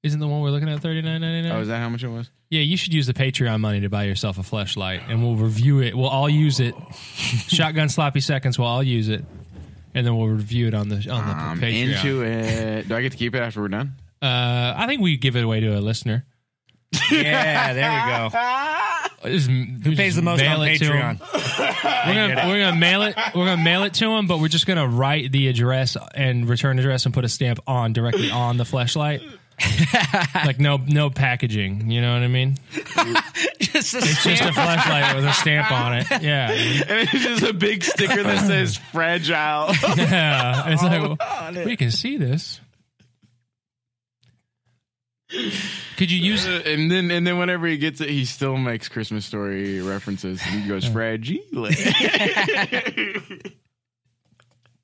[SPEAKER 2] Isn't the one we're looking at thirty nine ninety
[SPEAKER 3] Oh, is
[SPEAKER 2] nine?
[SPEAKER 3] that how much it was?
[SPEAKER 2] Yeah, you should use the Patreon money to buy yourself a flashlight, and we'll review it. We'll all use it.
[SPEAKER 3] Oh.
[SPEAKER 2] Shotgun sloppy seconds. We'll all use it, and then we'll review it on the on the
[SPEAKER 3] I'm
[SPEAKER 2] Patreon.
[SPEAKER 3] into it. Do I get to keep it after we're done?
[SPEAKER 2] uh, I think we give it away to a listener.
[SPEAKER 4] Yeah, there we go.
[SPEAKER 2] Who
[SPEAKER 4] Pays the most on Patreon.
[SPEAKER 2] We're gonna, we're gonna mail it. We're gonna mail it to him, but we're just gonna write the address and return address and put a stamp on directly on the flashlight. like no no packaging. You know what I mean?
[SPEAKER 4] Just a
[SPEAKER 2] Just a flashlight with a stamp on it. Yeah,
[SPEAKER 3] And it's just a big sticker that says fragile.
[SPEAKER 2] yeah. It's like we can see this. Could you use?
[SPEAKER 3] and then and then whenever he gets it, he still makes Christmas story references. He goes fragile.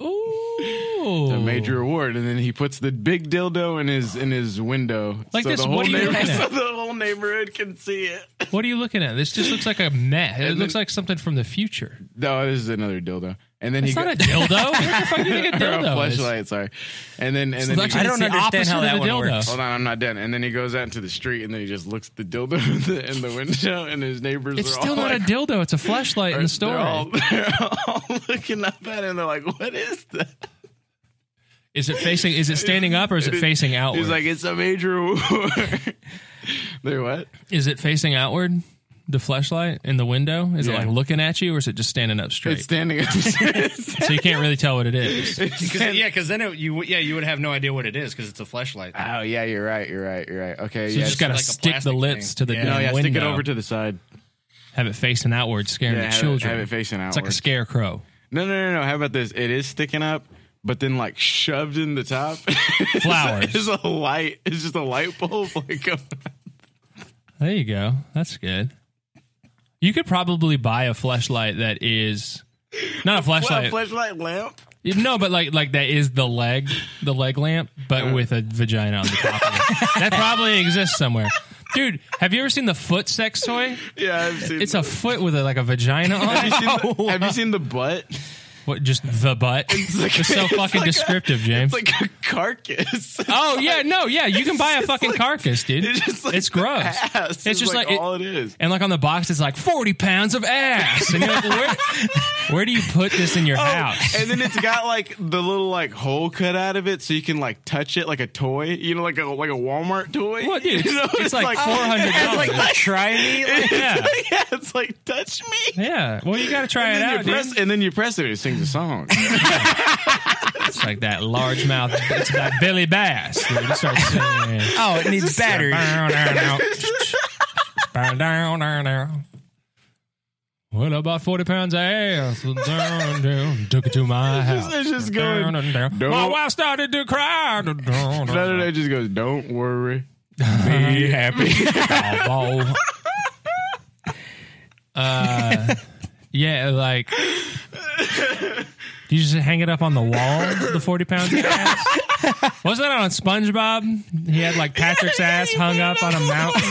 [SPEAKER 2] Ooh,
[SPEAKER 3] a major award, and then he puts the big dildo in his in his window.
[SPEAKER 2] Like
[SPEAKER 3] so
[SPEAKER 2] this,
[SPEAKER 3] the
[SPEAKER 2] what
[SPEAKER 3] whole
[SPEAKER 2] are
[SPEAKER 3] neighbor-
[SPEAKER 2] you looking
[SPEAKER 3] so
[SPEAKER 2] at?
[SPEAKER 3] the whole neighborhood can see it.
[SPEAKER 2] What are you looking at? This just looks like a mess. It looks like something from the future.
[SPEAKER 3] No, this is another dildo. And then
[SPEAKER 2] It's
[SPEAKER 3] he
[SPEAKER 2] not
[SPEAKER 3] go-
[SPEAKER 2] a dildo. What the fuck do you think a
[SPEAKER 3] or a
[SPEAKER 2] dildo is?
[SPEAKER 3] flashlight, sorry. And then and then he
[SPEAKER 2] Actually,
[SPEAKER 4] I
[SPEAKER 3] goes-
[SPEAKER 4] don't
[SPEAKER 2] it's the
[SPEAKER 4] understand
[SPEAKER 2] opposite
[SPEAKER 4] how
[SPEAKER 2] of
[SPEAKER 4] that
[SPEAKER 2] a
[SPEAKER 4] one
[SPEAKER 2] dildo.
[SPEAKER 4] works.
[SPEAKER 3] Hold on, I'm not done. And then he goes out into the street, and then he just looks at the dildo in the, in the window, and his neighbors.
[SPEAKER 2] It's
[SPEAKER 3] are
[SPEAKER 2] still
[SPEAKER 3] all
[SPEAKER 2] not
[SPEAKER 3] like,
[SPEAKER 2] a dildo. It's a flashlight in the store.
[SPEAKER 3] They're all, they're all looking up at it, and they're like, "What is that?"
[SPEAKER 2] Is it facing? Is it standing up or is it facing outward?
[SPEAKER 3] He's like, "It's a major award." they're what?
[SPEAKER 2] is it facing outward? The flashlight in the window. Is
[SPEAKER 3] Yeah.
[SPEAKER 2] it like looking at you or is it just standing up straight?
[SPEAKER 3] It's standing up. It's
[SPEAKER 2] so you can't really tell what it is.
[SPEAKER 3] standing-
[SPEAKER 4] yeah, because then it, you would- yeah you would have no idea what it is because it's a flashlight.
[SPEAKER 3] oh yeah, you're right. You're right. You're right. Okay,
[SPEAKER 2] So you
[SPEAKER 3] yeah,
[SPEAKER 2] just got to
[SPEAKER 4] like a
[SPEAKER 2] stick the
[SPEAKER 4] plastic
[SPEAKER 2] lips
[SPEAKER 4] thing.
[SPEAKER 2] to the
[SPEAKER 4] Yeah.
[SPEAKER 2] damn
[SPEAKER 3] no, yeah,
[SPEAKER 2] window.
[SPEAKER 3] stick it over to the side.
[SPEAKER 2] have it facing outward, scaring
[SPEAKER 3] Yeah,
[SPEAKER 2] the
[SPEAKER 3] have it-
[SPEAKER 2] children.
[SPEAKER 3] have it facing
[SPEAKER 2] It's like a
[SPEAKER 3] outward.
[SPEAKER 2] scarecrow.
[SPEAKER 3] No, no, no, no. How about this? It is sticking up, but then like shoved in the top.
[SPEAKER 2] Flowers.
[SPEAKER 3] it's a light. It's just a light bulb. Like going
[SPEAKER 2] There you go. That's good. You could probably buy a flashlight that is not a
[SPEAKER 3] well,
[SPEAKER 2] flashlight.
[SPEAKER 3] flashlight lamp.
[SPEAKER 2] no, but like like that is the leg, the leg lamp,
[SPEAKER 3] Uh.
[SPEAKER 2] but with a vagina on the top of it. That probably exists somewhere. Dude, have you ever seen the foot sex toy?
[SPEAKER 3] Yeah, I've seen.
[SPEAKER 2] It's a foot with a, like a vagina on
[SPEAKER 3] Have you, seen
[SPEAKER 2] it.
[SPEAKER 3] the, have you seen the butt?
[SPEAKER 2] What, just the butt? It's,
[SPEAKER 3] like-
[SPEAKER 2] so
[SPEAKER 3] it's
[SPEAKER 2] fucking
[SPEAKER 3] like a-
[SPEAKER 2] descriptive, James.
[SPEAKER 3] It's like a carcass.
[SPEAKER 2] oh yeah, no, yeah, you can buy a fucking carcass, dude.
[SPEAKER 3] It's just like
[SPEAKER 2] it's
[SPEAKER 3] the
[SPEAKER 2] gross.
[SPEAKER 3] ass
[SPEAKER 2] It's
[SPEAKER 3] is,
[SPEAKER 2] just like, it-
[SPEAKER 3] all it is.
[SPEAKER 2] And like on the box, it's like forty pounds of ass. And you're like, where, where do you put this in your house?
[SPEAKER 3] And then it's got like the little like hole cut out of it, so you can like touch it like a toy. You know, like a like a Walmart toy.
[SPEAKER 2] Well, dude, it's,
[SPEAKER 3] You know,
[SPEAKER 2] it's like four hundred dollars.
[SPEAKER 4] try me. Like,
[SPEAKER 2] yeah,
[SPEAKER 3] yeah, it's like touch me.
[SPEAKER 2] yeah. Well, you got to try
[SPEAKER 3] And
[SPEAKER 2] it
[SPEAKER 3] then,
[SPEAKER 2] out,
[SPEAKER 3] you
[SPEAKER 2] dude.
[SPEAKER 3] press, and then you press it and it sings a song.
[SPEAKER 2] It's like that large mouth. It's like Billy Bass. Dude. It starts singing.
[SPEAKER 4] oh, it needs battery.
[SPEAKER 2] Bow, down, down. Bow, down, down, down. What about 40 pounds of ass? Down, down. Took it to my house.
[SPEAKER 3] it's just going,
[SPEAKER 2] Down, down, down. My
[SPEAKER 3] "Don't-"
[SPEAKER 2] wife started to cry. Down, down,
[SPEAKER 3] no, no,
[SPEAKER 2] down.
[SPEAKER 3] no, it just goes, don't worry.
[SPEAKER 2] Be happy. Oh, boy. Uh, yeah, like. You just hang it up on the wall, the 40 pounds of ass? Wasn't that on SpongeBob? He had like Patrick's ass hung up on a mountain.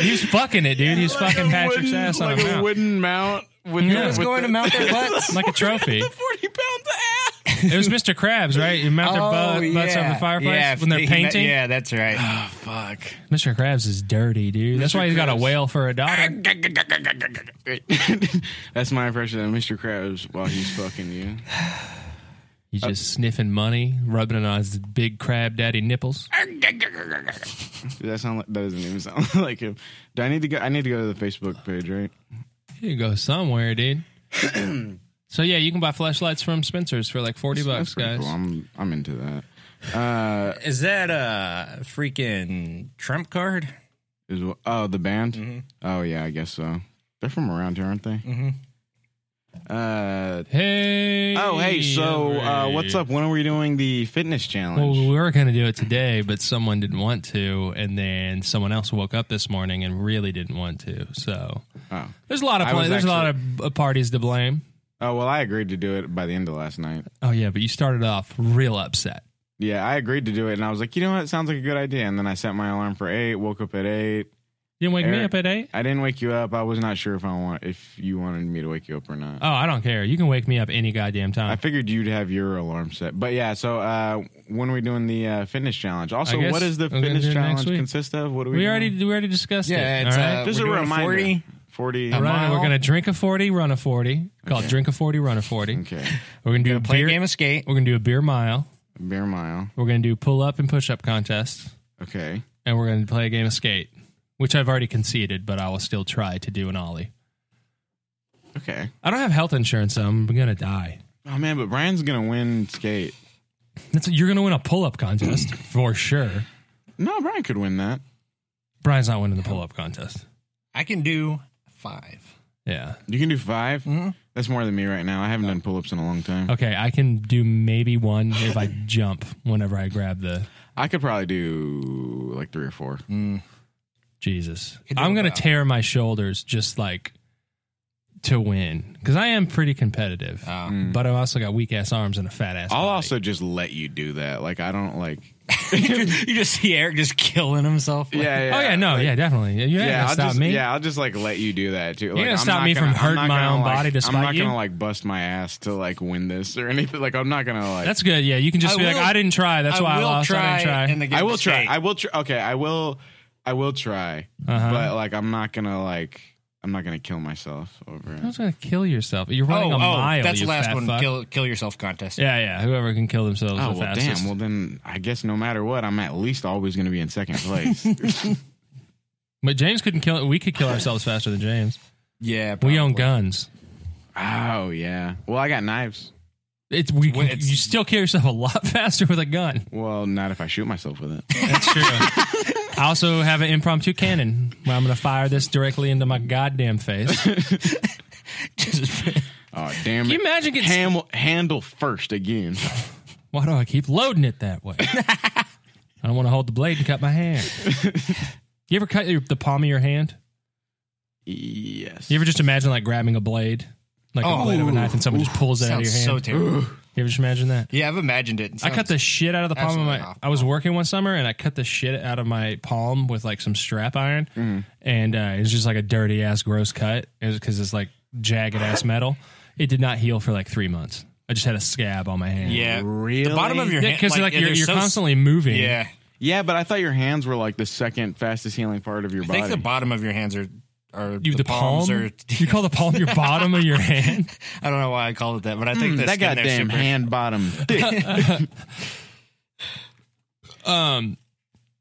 [SPEAKER 2] He was fucking it, dude. He was fucking Patrick's
[SPEAKER 3] Wooden-
[SPEAKER 2] ass on
[SPEAKER 3] like a
[SPEAKER 2] a mount.
[SPEAKER 3] wooden mount. With
[SPEAKER 2] Yeah.
[SPEAKER 3] with
[SPEAKER 2] Who's
[SPEAKER 4] going to
[SPEAKER 3] the-
[SPEAKER 4] mount their butts.
[SPEAKER 2] like a trophy.
[SPEAKER 3] 40 pounds of ass.
[SPEAKER 2] It was Mr. Krabs, right? You mount their butt, butts on the fireplace
[SPEAKER 4] Yeah,
[SPEAKER 2] when they're
[SPEAKER 4] he met-
[SPEAKER 2] painting.
[SPEAKER 4] Yeah, that's right.
[SPEAKER 3] Oh, fuck.
[SPEAKER 2] Mr. Krabs is dirty, dude. That's why he's got a whale for a daughter.
[SPEAKER 3] That's my impression of Mr. Krabs while he's fucking you.
[SPEAKER 2] He's
[SPEAKER 3] Uh,
[SPEAKER 2] just sniffing money, rubbing it on his big crab daddy nipples.
[SPEAKER 3] Does that sound like, that doesn't even sound like him. Do I need to go? I need to go to the Facebook page, right?
[SPEAKER 2] You go somewhere, dude. so yeah, you can buy flashlights from Spencer's for like forty bucks,
[SPEAKER 3] pretty
[SPEAKER 2] guys.
[SPEAKER 3] cool. I'm I'm into that. Uh,
[SPEAKER 5] Is that a freaking trump card?
[SPEAKER 3] Is wh- oh the band? Oh yeah, I guess so. They're from around here, aren't they? Mm-hmm. Uh
[SPEAKER 2] Hey.
[SPEAKER 3] oh, hey. So uh,
[SPEAKER 2] everybody.
[SPEAKER 3] what's up? When are we doing the fitness
[SPEAKER 2] Well,
[SPEAKER 3] challenge?
[SPEAKER 2] we were going to do it today, but someone didn't want to, and then someone else woke up this morning and really didn't want to. So
[SPEAKER 3] oh.
[SPEAKER 2] there's a lot of
[SPEAKER 3] I
[SPEAKER 2] pla-
[SPEAKER 3] was
[SPEAKER 2] there's a lot of uh, parties to blame.
[SPEAKER 3] oh well, I agreed to do it by the end of last night.
[SPEAKER 2] Oh yeah, but you started off real upset.
[SPEAKER 3] Yeah, I agreed to do it, and I was like, you know what? Sounds like a good idea. And then I set my alarm for eight. Woke up at eight.
[SPEAKER 2] You didn't wake me
[SPEAKER 3] Eric-
[SPEAKER 2] up at eight.
[SPEAKER 3] I didn't wake you up. I was not sure if I want if you wanted me to wake you up or not.
[SPEAKER 2] Oh, I don't care. You can wake me up any goddamn
[SPEAKER 3] I
[SPEAKER 2] time.
[SPEAKER 3] figured you'd have your alarm set, but yeah. So uh, when are we doing the uh, fitness challenge? Also,
[SPEAKER 2] guess
[SPEAKER 3] what does the
[SPEAKER 2] we're gonna do
[SPEAKER 3] fitness
[SPEAKER 2] it next
[SPEAKER 3] challenge
[SPEAKER 2] week.
[SPEAKER 3] consist of? What do we?
[SPEAKER 2] we
[SPEAKER 3] doing?
[SPEAKER 2] already we already discussed
[SPEAKER 5] Yeah,
[SPEAKER 2] it.
[SPEAKER 5] it's,
[SPEAKER 2] all right?
[SPEAKER 5] uh,
[SPEAKER 3] Just
[SPEAKER 5] We're
[SPEAKER 3] a
[SPEAKER 5] doing a
[SPEAKER 3] reminder.
[SPEAKER 5] 40?
[SPEAKER 3] 40.
[SPEAKER 2] We're gonna-
[SPEAKER 5] mile.
[SPEAKER 2] We're gonna drink a forty, run a forty. Called drink a forty, run a forty.
[SPEAKER 3] Okay.
[SPEAKER 2] We're gonna do a
[SPEAKER 4] Play
[SPEAKER 2] beer.
[SPEAKER 4] a game of skate.
[SPEAKER 2] We're gonna do a beer mile.
[SPEAKER 3] Beer mile.
[SPEAKER 2] We're gonna do pull up and push up contests,
[SPEAKER 3] Okay.
[SPEAKER 2] and we're gonna play a game of skate, which I've already conceded, but I will still try to do an ollie.
[SPEAKER 3] Okay.
[SPEAKER 2] I don't have health insurance, so I'm gonna die.
[SPEAKER 3] Oh man, but Brian's gonna win skate.
[SPEAKER 2] That's, you're gonna win a pull up contest for sure.
[SPEAKER 3] No, Brian could win that.
[SPEAKER 2] Brian's not winning the pull up contest.
[SPEAKER 4] I can do five.
[SPEAKER 2] Yeah.
[SPEAKER 3] You can do 5
[SPEAKER 2] Mm-hmm.
[SPEAKER 3] That's more than me right now. I haven't done pull ups in a long time.
[SPEAKER 2] Okay, I can do maybe one if I jump whenever I grab the
[SPEAKER 3] I could probably do like three or four.
[SPEAKER 2] Jesus.
[SPEAKER 4] Could do
[SPEAKER 2] I'm
[SPEAKER 4] it
[SPEAKER 2] going to
[SPEAKER 4] without.
[SPEAKER 2] tear my shoulders just like to win because I am pretty competitive, but I've also got weak ass arms and a fat ass.
[SPEAKER 3] I'll
[SPEAKER 2] body.
[SPEAKER 3] also just let you do that. Like I don't like.
[SPEAKER 4] you just see Eric just killing himself. Like,
[SPEAKER 3] Yeah.
[SPEAKER 2] Oh yeah, no, yeah, definitely. You're not
[SPEAKER 3] Yeah,
[SPEAKER 2] gonna
[SPEAKER 3] I'll
[SPEAKER 2] stop
[SPEAKER 3] just,
[SPEAKER 2] me.
[SPEAKER 3] Yeah, I'll just like let you do that too. You're
[SPEAKER 2] gonna stop me from hurting my own body to
[SPEAKER 3] I'm
[SPEAKER 2] spite
[SPEAKER 3] not
[SPEAKER 2] you?
[SPEAKER 3] gonna like bust my ass to like win this or anything. Like I'm not gonna like.
[SPEAKER 2] That's good. Yeah, you can just
[SPEAKER 4] I
[SPEAKER 2] be
[SPEAKER 4] will-
[SPEAKER 2] like, I didn't try. That's why I
[SPEAKER 4] will
[SPEAKER 2] lost. I didn't try.
[SPEAKER 4] in the game
[SPEAKER 3] I will
[SPEAKER 4] of
[SPEAKER 3] try.
[SPEAKER 4] skate.
[SPEAKER 3] I will try. Okay, I will. I will try.
[SPEAKER 2] Uh-huh.
[SPEAKER 3] But like, I'm not gonna like. I'm not gonna kill myself over
[SPEAKER 2] I
[SPEAKER 3] it.
[SPEAKER 2] was gonna kill yourself. You're
[SPEAKER 4] Oh,
[SPEAKER 2] running a
[SPEAKER 4] oh,
[SPEAKER 2] mile.
[SPEAKER 4] that's
[SPEAKER 2] you
[SPEAKER 4] the last
[SPEAKER 2] fat
[SPEAKER 4] one.
[SPEAKER 2] fuck.
[SPEAKER 4] Kill, kill yourself contest.
[SPEAKER 2] Yeah, yeah. Whoever can kill themselves
[SPEAKER 3] Oh
[SPEAKER 2] the
[SPEAKER 3] well,
[SPEAKER 2] fastest.
[SPEAKER 3] damn. Well, then I guess no matter what, I'm at least always gonna be in second place.
[SPEAKER 2] but James couldn't kill it. We could kill ourselves faster than James.
[SPEAKER 5] Yeah,
[SPEAKER 2] We own guns.
[SPEAKER 3] oh yeah. Well, I got knives.
[SPEAKER 2] It's we. Can,
[SPEAKER 4] Well, it's-
[SPEAKER 2] you still kill yourself a lot faster with a gun.
[SPEAKER 3] Well, not if I shoot myself with it.
[SPEAKER 2] That's true. I also have an impromptu cannon where I'm going to fire this directly into my goddamn face.
[SPEAKER 4] Just
[SPEAKER 3] Oh damn it!
[SPEAKER 2] you imagine getting-
[SPEAKER 3] Ham- handle first again?
[SPEAKER 2] Why do I keep loading it that way? I don't want to hold the blade and cut my hand. You ever cut your, the palm of your hand?
[SPEAKER 3] yes.
[SPEAKER 2] You ever just imagine like grabbing a blade, like a blade of a knife, and someone just pulls it out of your hand?
[SPEAKER 5] so terrible.
[SPEAKER 2] you ever just imagine that?
[SPEAKER 5] yeah, I've imagined it.
[SPEAKER 2] I cut the shit out of the palm of
[SPEAKER 5] absolutely
[SPEAKER 2] my.
[SPEAKER 5] awful.
[SPEAKER 2] I was working one summer and I cut the shit out of my palm with like some strap iron,
[SPEAKER 5] Mm-hmm.
[SPEAKER 2] and uh, it was just like a dirty ass, gross cut. It was because it's like jagged ass metal. It did not heal for like three months. I just had a scab on my hand.
[SPEAKER 5] yeah,
[SPEAKER 3] Really?
[SPEAKER 5] the bottom of your hand
[SPEAKER 2] because like, you're,
[SPEAKER 5] they're
[SPEAKER 2] you're
[SPEAKER 5] so-
[SPEAKER 2] constantly moving.
[SPEAKER 5] Yeah,
[SPEAKER 3] Yeah, but I thought your hands were like the second fastest healing part of your
[SPEAKER 5] I
[SPEAKER 3] body.
[SPEAKER 5] think the bottom of your hands are are
[SPEAKER 2] You, the, palm?
[SPEAKER 5] palms are.
[SPEAKER 2] you call the palm your bottom of your hand?
[SPEAKER 5] I don't know why I called it that, but I think
[SPEAKER 3] Hmm, that goddamn hand bottom thick.
[SPEAKER 2] Um,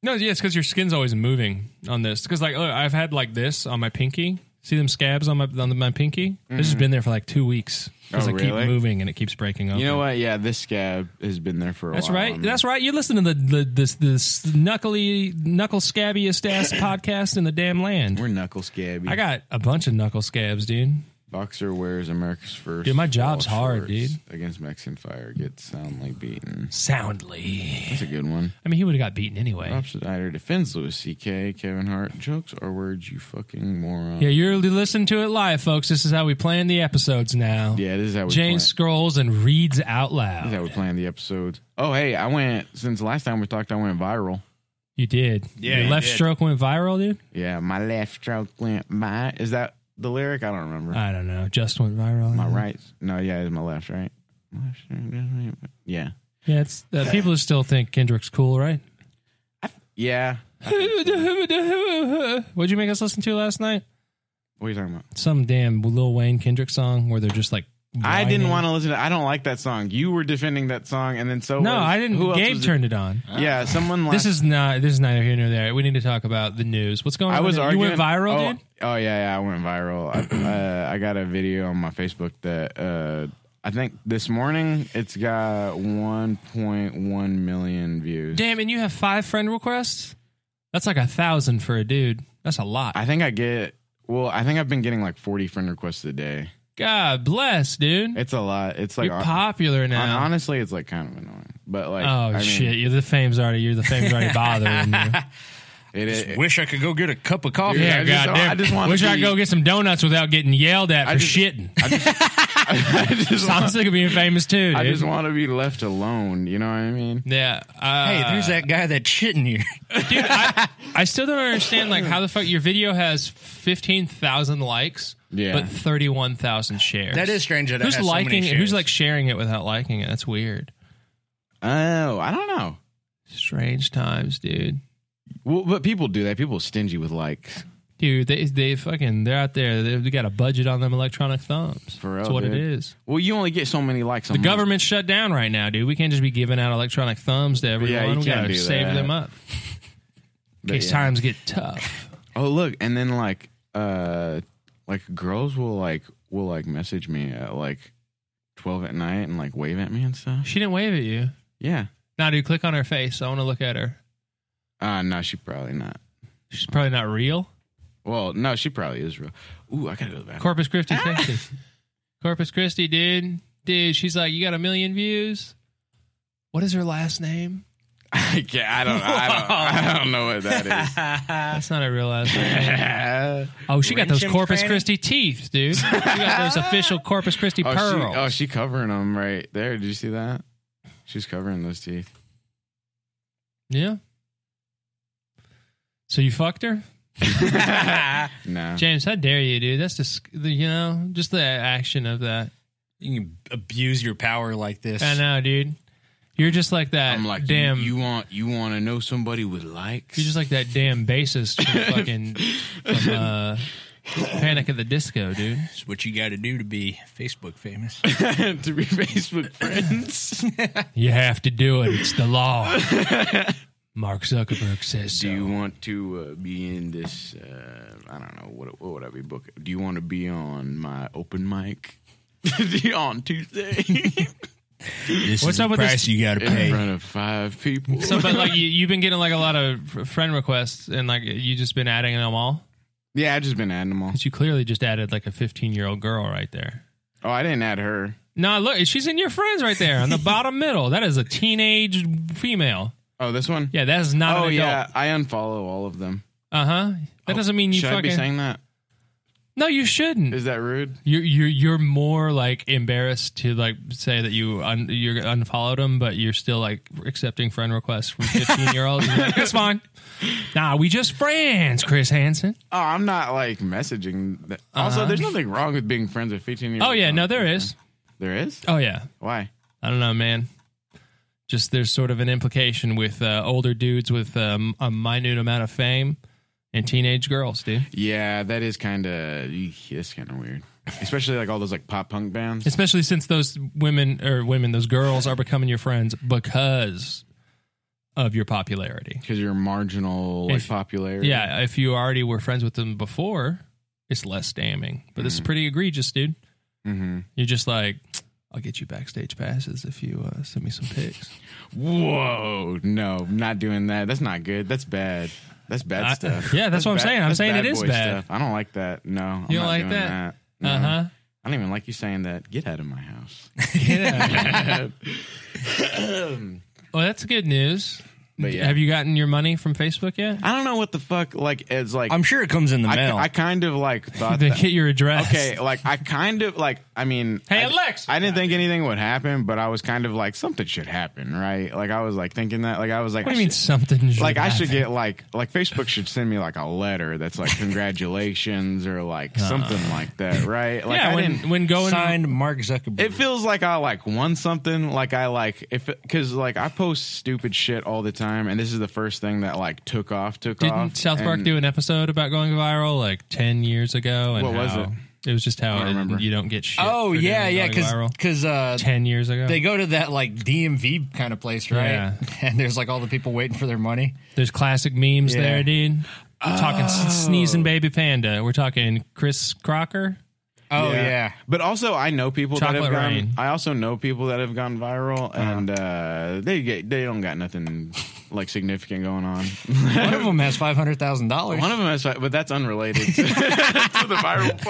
[SPEAKER 2] no, yeah, it's because your skin's always moving on this. Because like, look, I've had like this on my pinky. See them scabs on my on my pinky? It's
[SPEAKER 5] Mm-hmm.
[SPEAKER 2] just been there for like two weeks because
[SPEAKER 3] Oh,
[SPEAKER 2] I
[SPEAKER 3] really?
[SPEAKER 2] keep moving and it keeps breaking open.
[SPEAKER 3] you know what? Yeah, this scab has been there for a
[SPEAKER 2] That's
[SPEAKER 3] while.
[SPEAKER 2] right. That's right. You listen to the the this this knuckly knuckle scabbiest ass podcast in the damn land.
[SPEAKER 3] We're knuckle scabby.
[SPEAKER 2] I got a bunch of knuckle scabs, dude.
[SPEAKER 3] Boxer wears America's first.
[SPEAKER 2] Dude, my job's
[SPEAKER 3] wall
[SPEAKER 2] hard,
[SPEAKER 3] shorts Against Mexican fire, gets soundly beaten.
[SPEAKER 2] Soundly.
[SPEAKER 3] That's a good one.
[SPEAKER 2] I mean, he would have got beaten anyway.
[SPEAKER 3] Rob Schneider defends Louis C.K. Kevin Hart. Jokes are words, you fucking moron.
[SPEAKER 2] Yeah, you're listening to it live, folks. This is how we plan the episodes now.
[SPEAKER 3] Yeah, this is how we
[SPEAKER 2] Jane
[SPEAKER 3] plan.
[SPEAKER 2] scrolls and reads out
[SPEAKER 3] This is how
[SPEAKER 2] loud.
[SPEAKER 3] we plan the episodes. Oh, hey, I went since the last time we talked. I went viral.
[SPEAKER 2] You did.
[SPEAKER 5] Yeah,
[SPEAKER 2] Your
[SPEAKER 5] you
[SPEAKER 2] left
[SPEAKER 5] did.
[SPEAKER 2] stroke went viral, dude.
[SPEAKER 3] Yeah, my left stroke went my. Is that the lyric? I don't remember.
[SPEAKER 2] I don't know. Just went viral.
[SPEAKER 3] my right. No, yeah, it's my left, right. My left stroke, that's right. Yeah,
[SPEAKER 2] Yeah, it's uh, people still think Kendrick's cool, right?
[SPEAKER 3] yeah.
[SPEAKER 2] What'd you make us listen to last night?
[SPEAKER 3] What are you talking about?
[SPEAKER 2] some damn Lil Wayne Kendrick song where they're just like.
[SPEAKER 3] I didn't want to listen to. I don't like that song. You were defending that song, and then so
[SPEAKER 2] No,
[SPEAKER 3] was-
[SPEAKER 2] I didn't.
[SPEAKER 3] Who else
[SPEAKER 2] Gabe
[SPEAKER 3] was-
[SPEAKER 2] turned it on.
[SPEAKER 3] Yeah, someone. Last,
[SPEAKER 2] This is not. This is neither here nor there. We need to talk about the news. What's going on?
[SPEAKER 3] I was
[SPEAKER 2] You
[SPEAKER 3] arguing.
[SPEAKER 2] went viral,
[SPEAKER 3] oh,
[SPEAKER 2] dude.
[SPEAKER 3] Oh yeah, yeah, I went viral. I, uh, I got a video on my Facebook that uh, I think this morning it's got 1.1 million views.
[SPEAKER 2] Damn, and you have five friend requests. That's like a thousand for a dude. That's a lot.
[SPEAKER 3] I think I get. Well, I think I've been getting like 40 friend requests a day.
[SPEAKER 2] God bless, dude.
[SPEAKER 3] It's a lot. It's like
[SPEAKER 2] You're
[SPEAKER 3] hon-
[SPEAKER 2] popular now.
[SPEAKER 3] honestly, it's like kind of annoying. But like,
[SPEAKER 2] oh
[SPEAKER 3] I mean,
[SPEAKER 2] shit! You're the fame's already. You're the fame's already bothering you.
[SPEAKER 3] It is.
[SPEAKER 5] Wish I could go get a cup of coffee.
[SPEAKER 2] Yeah,
[SPEAKER 3] I just-
[SPEAKER 2] goddamn.
[SPEAKER 3] I just wanna
[SPEAKER 2] Wish I
[SPEAKER 3] be-
[SPEAKER 2] could go get some donuts without getting yelled at for
[SPEAKER 3] just-
[SPEAKER 2] shitting.
[SPEAKER 3] I just,
[SPEAKER 2] I'm
[SPEAKER 3] want,
[SPEAKER 2] sick of being famous too, dude.
[SPEAKER 3] I just want to be left alone. You know what I mean?
[SPEAKER 2] yeah. Uh,
[SPEAKER 5] Hey, there's that guy that's shitting you.
[SPEAKER 2] dude I, I still don't understand like how the fuck your video has 15,000 likes
[SPEAKER 3] Yeah.
[SPEAKER 2] but 31,000 shares
[SPEAKER 5] That is strange. That it
[SPEAKER 2] who's
[SPEAKER 5] has so many
[SPEAKER 2] liking it who's
[SPEAKER 5] shares.
[SPEAKER 2] like sharing it without liking it that's weird
[SPEAKER 3] Oh, I don't know.
[SPEAKER 2] strange times dude
[SPEAKER 3] Well, but people do that. People are stingy with likes.
[SPEAKER 2] dude they they fucking they're out there they, they got a budget on them electronic thumbs
[SPEAKER 3] For real,
[SPEAKER 2] that's what
[SPEAKER 3] dude.
[SPEAKER 2] it is
[SPEAKER 3] Well, you only get so many likes.
[SPEAKER 2] the government's shut down right now dude we can't just be giving out electronic thumbs to everyone
[SPEAKER 3] you
[SPEAKER 2] we
[SPEAKER 3] can't
[SPEAKER 2] gotta
[SPEAKER 3] do
[SPEAKER 2] save
[SPEAKER 3] that.
[SPEAKER 2] them up in case
[SPEAKER 3] yeah.
[SPEAKER 2] times get tough
[SPEAKER 3] Oh, look, and then like, uh, like girls will like will like message me at like twelve at night and like wave at me and stuff.
[SPEAKER 2] she didn't wave at you
[SPEAKER 3] Yeah.
[SPEAKER 2] now dude click on her face i want to look at her
[SPEAKER 3] Uh no, she probably not.
[SPEAKER 2] she's probably not real
[SPEAKER 3] Well, no, she probably is real. Ooh, I gotta go to the bathroom.
[SPEAKER 2] Corpus Christi, Texas. Corpus Christi, dude. Dude, she's like, you got a million views. What is her last name?
[SPEAKER 3] I, can't- I don't. I don't. I don't know what that is.
[SPEAKER 2] That's not her real last name. Oh, she got those
[SPEAKER 5] Wrenching
[SPEAKER 2] Corpus
[SPEAKER 5] cranny?
[SPEAKER 2] Christi teeth, dude. She got those official Corpus Christi
[SPEAKER 3] oh,
[SPEAKER 2] pearls.
[SPEAKER 3] she, oh, she covering them right there. Did you see that? She's covering those teeth.
[SPEAKER 2] yeah. So you fucked her,
[SPEAKER 3] No.
[SPEAKER 2] James? How dare you, dude? That's just the you know just the action of that.
[SPEAKER 5] You can abuse your power like this.
[SPEAKER 2] I know, dude. You're just like that
[SPEAKER 3] I'm like,
[SPEAKER 2] damn.
[SPEAKER 3] You, want you want to know somebody with likes?
[SPEAKER 2] You're just like that damn bassist from fucking from, uh, Panic at the Disco, dude.
[SPEAKER 5] It's what you got to do to be Facebook famous.
[SPEAKER 3] to be Facebook friends.
[SPEAKER 2] You have to do it. It's the law. Mark Zuckerberg says so.
[SPEAKER 3] Do you want to uh, be in this? Uh, I don't know what what would I be booking. Do you want to be on my open mic? on Tuesday
[SPEAKER 5] This
[SPEAKER 2] What's
[SPEAKER 5] is the
[SPEAKER 2] up with
[SPEAKER 5] price
[SPEAKER 2] this-
[SPEAKER 5] you got to
[SPEAKER 3] in
[SPEAKER 5] pay.
[SPEAKER 3] front of five people.
[SPEAKER 2] so, but like you, you've been getting like a lot of f- friend requests, and like you just been adding them all.
[SPEAKER 3] yeah, I've just been animal.
[SPEAKER 2] But you clearly just added like a 15 year old girl right there.
[SPEAKER 3] Oh, I didn't add her.
[SPEAKER 2] No, look, she's in your friends right there on the bottom middle. That is a teenage female.
[SPEAKER 3] Oh, this one.
[SPEAKER 2] Yeah, that is not
[SPEAKER 3] Oh
[SPEAKER 2] an adult.
[SPEAKER 3] yeah, I unfollow all of them.
[SPEAKER 2] Uh huh. That doesn't mean you
[SPEAKER 3] Should I be
[SPEAKER 2] fucking.
[SPEAKER 3] saying that?
[SPEAKER 2] no, you shouldn't.
[SPEAKER 3] Is that rude?
[SPEAKER 2] You're you're you're more like embarrassed to like say that you un, you unfollowed them, but you're still like accepting friend requests from fifteen year olds. You're like, That's fine. Nah, we just friends, Chris Hansen.
[SPEAKER 3] Oh, I'm not like messaging. That. Also, there's nothing wrong with being friends with 15 year.
[SPEAKER 2] Uh-huh. Oh yeah, no, there is.
[SPEAKER 3] There is.
[SPEAKER 2] Oh yeah,
[SPEAKER 3] Why?
[SPEAKER 2] I don't know, man. Just there's sort of an implication with uh, older dudes with um, a minute amount of fame and teenage girls, dude.
[SPEAKER 3] Yeah, that is kind of. It's kind of weird, especially like all those like pop punk bands.
[SPEAKER 2] Especially since those women or women, those girls are becoming your friends because of your popularity.
[SPEAKER 3] Because you're marginal, like
[SPEAKER 2] If-
[SPEAKER 3] popularity.
[SPEAKER 2] Yeah, if you already were friends with them before, it's less damning. But this is pretty egregious, dude.
[SPEAKER 3] Mm. Mm-hmm.
[SPEAKER 2] You're just like, I'll get you backstage passes if you uh, send me some pics.
[SPEAKER 3] Whoa! No, not doing that. That's not good. That's bad. That's bad
[SPEAKER 2] I-
[SPEAKER 3] stuff.
[SPEAKER 2] yeah, that's what I'm saying. I'm
[SPEAKER 3] that's
[SPEAKER 2] saying it
[SPEAKER 3] bad
[SPEAKER 2] is
[SPEAKER 3] boy
[SPEAKER 2] bad.
[SPEAKER 3] I don't like that. No, I'm
[SPEAKER 2] You don't
[SPEAKER 3] not
[SPEAKER 2] like
[SPEAKER 3] doing
[SPEAKER 2] that?
[SPEAKER 3] that. No.
[SPEAKER 2] Uh huh.
[SPEAKER 3] I don't even like you saying that. Get out of my house.
[SPEAKER 2] Well, that's good news.
[SPEAKER 3] But yeah.
[SPEAKER 2] Have you gotten your money from Facebook yet?
[SPEAKER 3] I don't know what the fuck. Like it's like
[SPEAKER 5] I'm sure it comes in the
[SPEAKER 3] I,
[SPEAKER 5] mail.
[SPEAKER 3] I kind of like thought
[SPEAKER 2] They
[SPEAKER 3] that-
[SPEAKER 2] get your address.
[SPEAKER 3] Okay, like I kind of like I mean
[SPEAKER 2] Hey,
[SPEAKER 3] I,
[SPEAKER 2] Alexa!
[SPEAKER 3] I didn't think anything would happen, but I was kind of like something should happen, right? Like I was like thinking that like I was like
[SPEAKER 2] What
[SPEAKER 3] I
[SPEAKER 2] do you mean
[SPEAKER 3] should-
[SPEAKER 2] something?
[SPEAKER 3] like I should
[SPEAKER 2] happen?
[SPEAKER 3] get like like Facebook should send me like a letter that's like congratulations or like something like that, right? Like
[SPEAKER 2] Uh. yeah,
[SPEAKER 3] I
[SPEAKER 2] when
[SPEAKER 3] didn't
[SPEAKER 2] when going
[SPEAKER 5] signed Mark Zuckerberg.
[SPEAKER 3] it feels like I like won something. Like I like if because like I post stupid shit all the time, and this is the first thing that like took off. Took off.
[SPEAKER 2] Didn't South Park
[SPEAKER 3] and-
[SPEAKER 2] do an episode about going viral like ten years ago? And
[SPEAKER 3] What was
[SPEAKER 2] how-
[SPEAKER 3] it?
[SPEAKER 2] It was just how
[SPEAKER 3] don't
[SPEAKER 2] it-
[SPEAKER 3] remember.
[SPEAKER 2] you don't get shit.
[SPEAKER 5] oh
[SPEAKER 2] for doing
[SPEAKER 5] yeah, yeah,
[SPEAKER 2] going
[SPEAKER 5] because
[SPEAKER 2] viral.
[SPEAKER 5] because uh,
[SPEAKER 2] ten years ago
[SPEAKER 5] they go to that like DMV kind of place, right?
[SPEAKER 2] Yeah.
[SPEAKER 5] And there's like all the people waiting for their money.
[SPEAKER 2] There's classic memes
[SPEAKER 5] Yeah.
[SPEAKER 2] there, dude. Talking
[SPEAKER 3] Oh.
[SPEAKER 2] s- sneezing baby panda. We're talking Chris Crocker.
[SPEAKER 5] Oh yeah.
[SPEAKER 3] But also, I know people that
[SPEAKER 2] Chocolate
[SPEAKER 3] have gone.
[SPEAKER 2] rain. Uh-huh.
[SPEAKER 3] I also know people that have gone viral, and uh, they get they don't got nothing like significant going on.
[SPEAKER 5] One of them has five hundred thousand dollars.
[SPEAKER 3] One of them has, but that's unrelated to, to the viral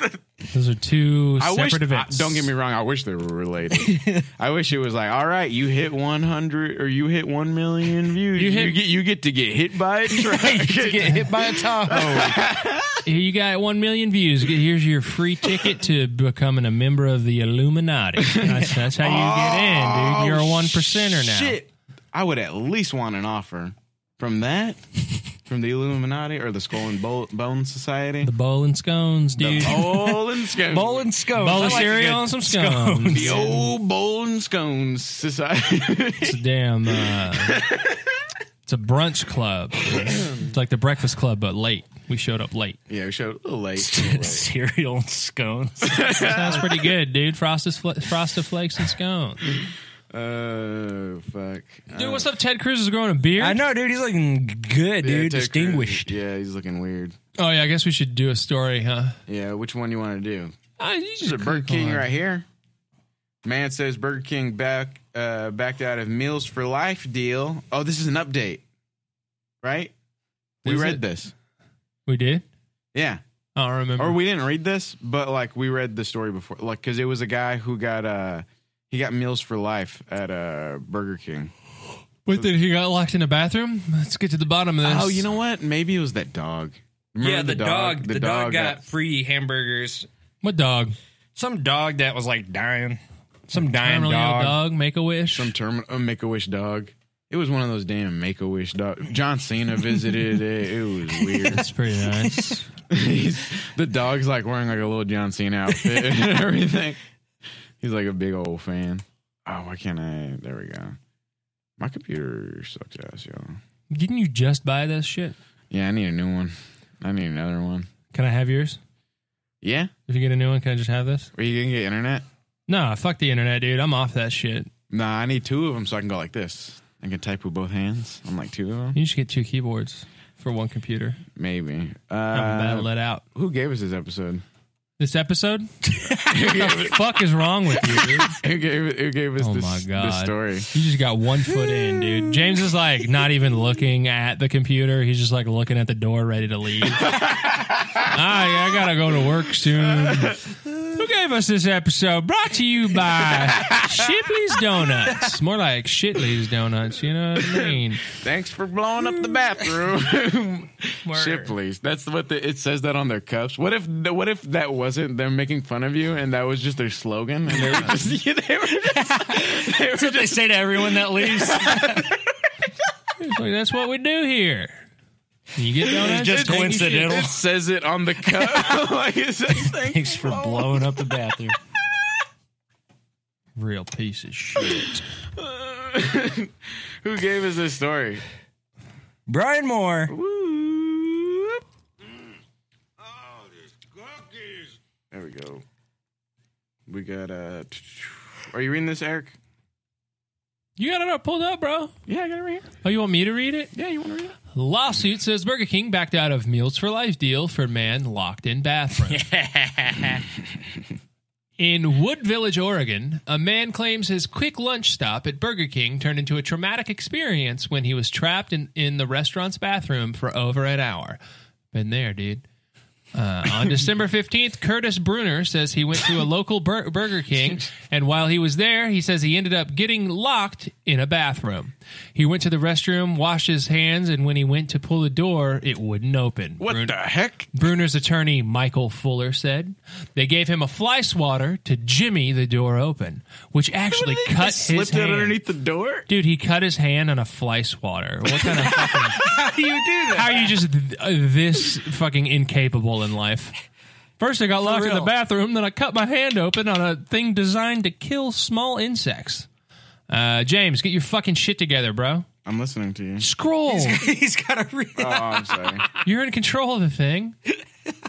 [SPEAKER 3] part.
[SPEAKER 2] Those are two
[SPEAKER 3] I
[SPEAKER 2] separate
[SPEAKER 3] wish. I,
[SPEAKER 2] events.
[SPEAKER 3] don't get me wrong. I wish they were related. I wish it was like, all right, you hit one hundred or you hit one million views. You,
[SPEAKER 2] hit-
[SPEAKER 3] get you get to get hit by a truck.
[SPEAKER 5] Get hit by a Tahoe.
[SPEAKER 2] Here you got one million views. Here's your free ticket to becoming a member of the Illuminati. That's, that's how you get in, dude. You're a one percenter
[SPEAKER 3] Oh,
[SPEAKER 2] now.
[SPEAKER 3] Shit, I would at least want an offer from that, from the Illuminati or the Skull and Bo- Bone Society.
[SPEAKER 2] The bowl and scones, dude.
[SPEAKER 3] Bowl and scones.
[SPEAKER 5] Bowl and scones.
[SPEAKER 2] bowl
[SPEAKER 5] I
[SPEAKER 2] of
[SPEAKER 5] like
[SPEAKER 2] cereal
[SPEAKER 5] good
[SPEAKER 2] and some scones.
[SPEAKER 3] the old Bowl and Scones Society.
[SPEAKER 2] It's a damn. Uh, it's a brunch club. It's like the Breakfast Club, but late. We showed up late.
[SPEAKER 3] yeah, we showed a little late. A little late.
[SPEAKER 5] Cereal and scones.
[SPEAKER 2] Sounds pretty good, dude. Frosted, fl- frosted flakes and scones.
[SPEAKER 3] Oh, fuck.
[SPEAKER 2] Dude, what's up? Ted Cruz is growing a beard.
[SPEAKER 5] I know, dude. He's looking
[SPEAKER 3] Uh,
[SPEAKER 5] good, dude.
[SPEAKER 3] Ted
[SPEAKER 5] Distinguished.
[SPEAKER 3] Cruz. Yeah, he's looking weird.
[SPEAKER 2] Oh yeah, I guess we should do a story, huh?
[SPEAKER 3] Yeah, which one you want to do?
[SPEAKER 2] Ah, you
[SPEAKER 3] There's a
[SPEAKER 2] just
[SPEAKER 3] Burger
[SPEAKER 2] click
[SPEAKER 3] King
[SPEAKER 2] on.
[SPEAKER 3] right here. Man says Burger King back uh, backed out of Meals for Life deal. Oh, this is an update, right? We
[SPEAKER 2] Is
[SPEAKER 3] read
[SPEAKER 2] it?
[SPEAKER 3] this.
[SPEAKER 2] We did.
[SPEAKER 3] Yeah.
[SPEAKER 2] I don't remember.
[SPEAKER 3] Or we didn't read this, but like we read the story before, like because it was a guy who got uh he got meals for life at uh Burger King.
[SPEAKER 2] Wait, then he got locked in a bathroom. Let's get to the bottom of this.
[SPEAKER 3] Oh, you know what? Maybe it was that dog. Remember
[SPEAKER 5] Yeah, the, dog. The, dog, got free hamburgers.
[SPEAKER 2] what dog?
[SPEAKER 5] Some dog that was like dying. Some dying
[SPEAKER 2] Terminally ill
[SPEAKER 5] dog.
[SPEAKER 2] dog. Make a wish.
[SPEAKER 3] some term a Make a Wish dog. It was one of those damn Make a Wish dog. John Cena visited it. It was weird.
[SPEAKER 2] That's pretty nice.
[SPEAKER 3] He's, the dog's like wearing like a little John Cena outfit and everything. He's like a big old fan. Oh, why can't I? There we go. My computer sucks ass, y'all.
[SPEAKER 2] Didn't you just buy this shit?
[SPEAKER 3] Yeah, I need a new one. I need another one.
[SPEAKER 2] Can I have yours?
[SPEAKER 3] Yeah?
[SPEAKER 2] If you get a new one, can I just have this?
[SPEAKER 3] Are you gonna get internet?
[SPEAKER 2] Nah, fuck the internet, dude. I'm off that shit.
[SPEAKER 3] Nah, I need two of them so I can go like this. I can type with both hands. I'm like two of them,
[SPEAKER 2] You should get two keyboards for one computer.
[SPEAKER 3] maybe.
[SPEAKER 2] I'm about to
[SPEAKER 3] Uh,
[SPEAKER 2] let out.
[SPEAKER 3] who gave us this episode?
[SPEAKER 2] This episode? what the fuck is wrong with you, dude?
[SPEAKER 3] Who gave who gave us
[SPEAKER 2] Oh
[SPEAKER 3] this,
[SPEAKER 2] my god!
[SPEAKER 3] this story?
[SPEAKER 2] You just got one foot in, dude. James is like not even looking at the computer. He's just like looking at the Ah, door, ready to leave. I, I gotta go to work soon. Who gave gave us this episode brought to you by Shipley's Donuts. More like Shitley's Donuts, you know what I mean?
[SPEAKER 3] Thanks for blowing up the bathroom.
[SPEAKER 2] Word.
[SPEAKER 3] Shipley's. That's what the, it says that on their cups. What if what if that wasn't them making fun of you and that was just their slogan? And they were just, they were just, they were
[SPEAKER 4] That's what they say to everyone that leaves.
[SPEAKER 2] It's like, that's what we do here. You get donuts?
[SPEAKER 4] just
[SPEAKER 2] Thank you, Ship-
[SPEAKER 4] coincidental.
[SPEAKER 3] It says it on the cup. like it says, thank
[SPEAKER 4] Thanks
[SPEAKER 2] Oh.
[SPEAKER 4] for blowing up the bathroom.
[SPEAKER 2] Real piece of shit.
[SPEAKER 3] Who gave us this story?
[SPEAKER 4] Brian Moore.
[SPEAKER 3] There we go. We got uh Are you reading this, Eric?
[SPEAKER 2] You got it all pulled up, bro.
[SPEAKER 3] Yeah, I got it right here.
[SPEAKER 2] Oh, you want me to read it?
[SPEAKER 3] Yeah, you want to read it?
[SPEAKER 2] Lawsuit says Burger King backed out of Meals for Life deal for man locked in bathroom. in Wood Village, Oregon, a man claims his quick lunch stop at Burger King turned into a traumatic experience when he was trapped in, in the restaurant's bathroom for over an hour. Been there, dude. Uh, on December 15th, Curtis Bruner says he went to a local bur- Burger King, and while he was there, he says he ended up getting locked in a bathroom. He went to the restroom, washed his hands, and when he went to pull the door, it wouldn't open.
[SPEAKER 3] What
[SPEAKER 2] Brun-
[SPEAKER 3] the heck?
[SPEAKER 2] Bruner's attorney, Michael Fuller, said they gave him a fly swatter to jimmy the door open, which actually
[SPEAKER 3] They
[SPEAKER 2] cut
[SPEAKER 3] just
[SPEAKER 2] his
[SPEAKER 3] slipped
[SPEAKER 2] hand.
[SPEAKER 3] it underneath the door.
[SPEAKER 2] Dude, he cut his hand on a fly swatter. What kind of fucking,
[SPEAKER 3] How do you do that?
[SPEAKER 2] how are you just th- uh, this fucking incapable in life? First, I got locked in the
[SPEAKER 4] real.
[SPEAKER 2] bathroom, then I cut my hand open on a thing designed to kill small insects. Uh, James, get your fucking shit together, bro.
[SPEAKER 3] I'm listening to you.
[SPEAKER 2] Scroll.
[SPEAKER 4] He's got a real.
[SPEAKER 3] Oh, I'm sorry.
[SPEAKER 2] You're in control of the thing.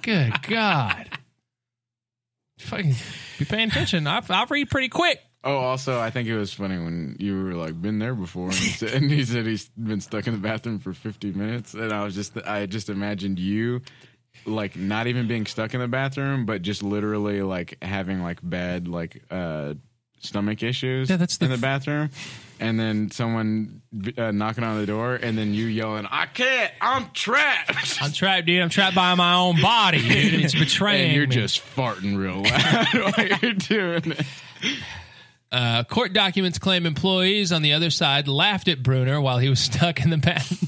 [SPEAKER 2] Good God. Fucking be paying attention. I, I read pretty quick.
[SPEAKER 3] Oh, also, I think it was funny when you were like, "Been there before," and he said, and he said he's been stuck in the bathroom for 50 minutes, and I was just, I just imagined you, like, not even being stuck in the bathroom, but just literally like having like bad like uh stomach issues.
[SPEAKER 2] Yeah, that's the
[SPEAKER 3] in the
[SPEAKER 2] f-
[SPEAKER 3] bathroom, and then someone uh, knocking on the door, and then you yelling, "I can't, I'm trapped."
[SPEAKER 2] I'm trapped, dude. I'm trapped by my own body. Dude. It's betraying
[SPEAKER 3] And you're
[SPEAKER 2] me.
[SPEAKER 3] just farting real loud while you're doing it.
[SPEAKER 2] Uh, court documents claim employees on the other side laughed at Bruner while he was stuck in the bath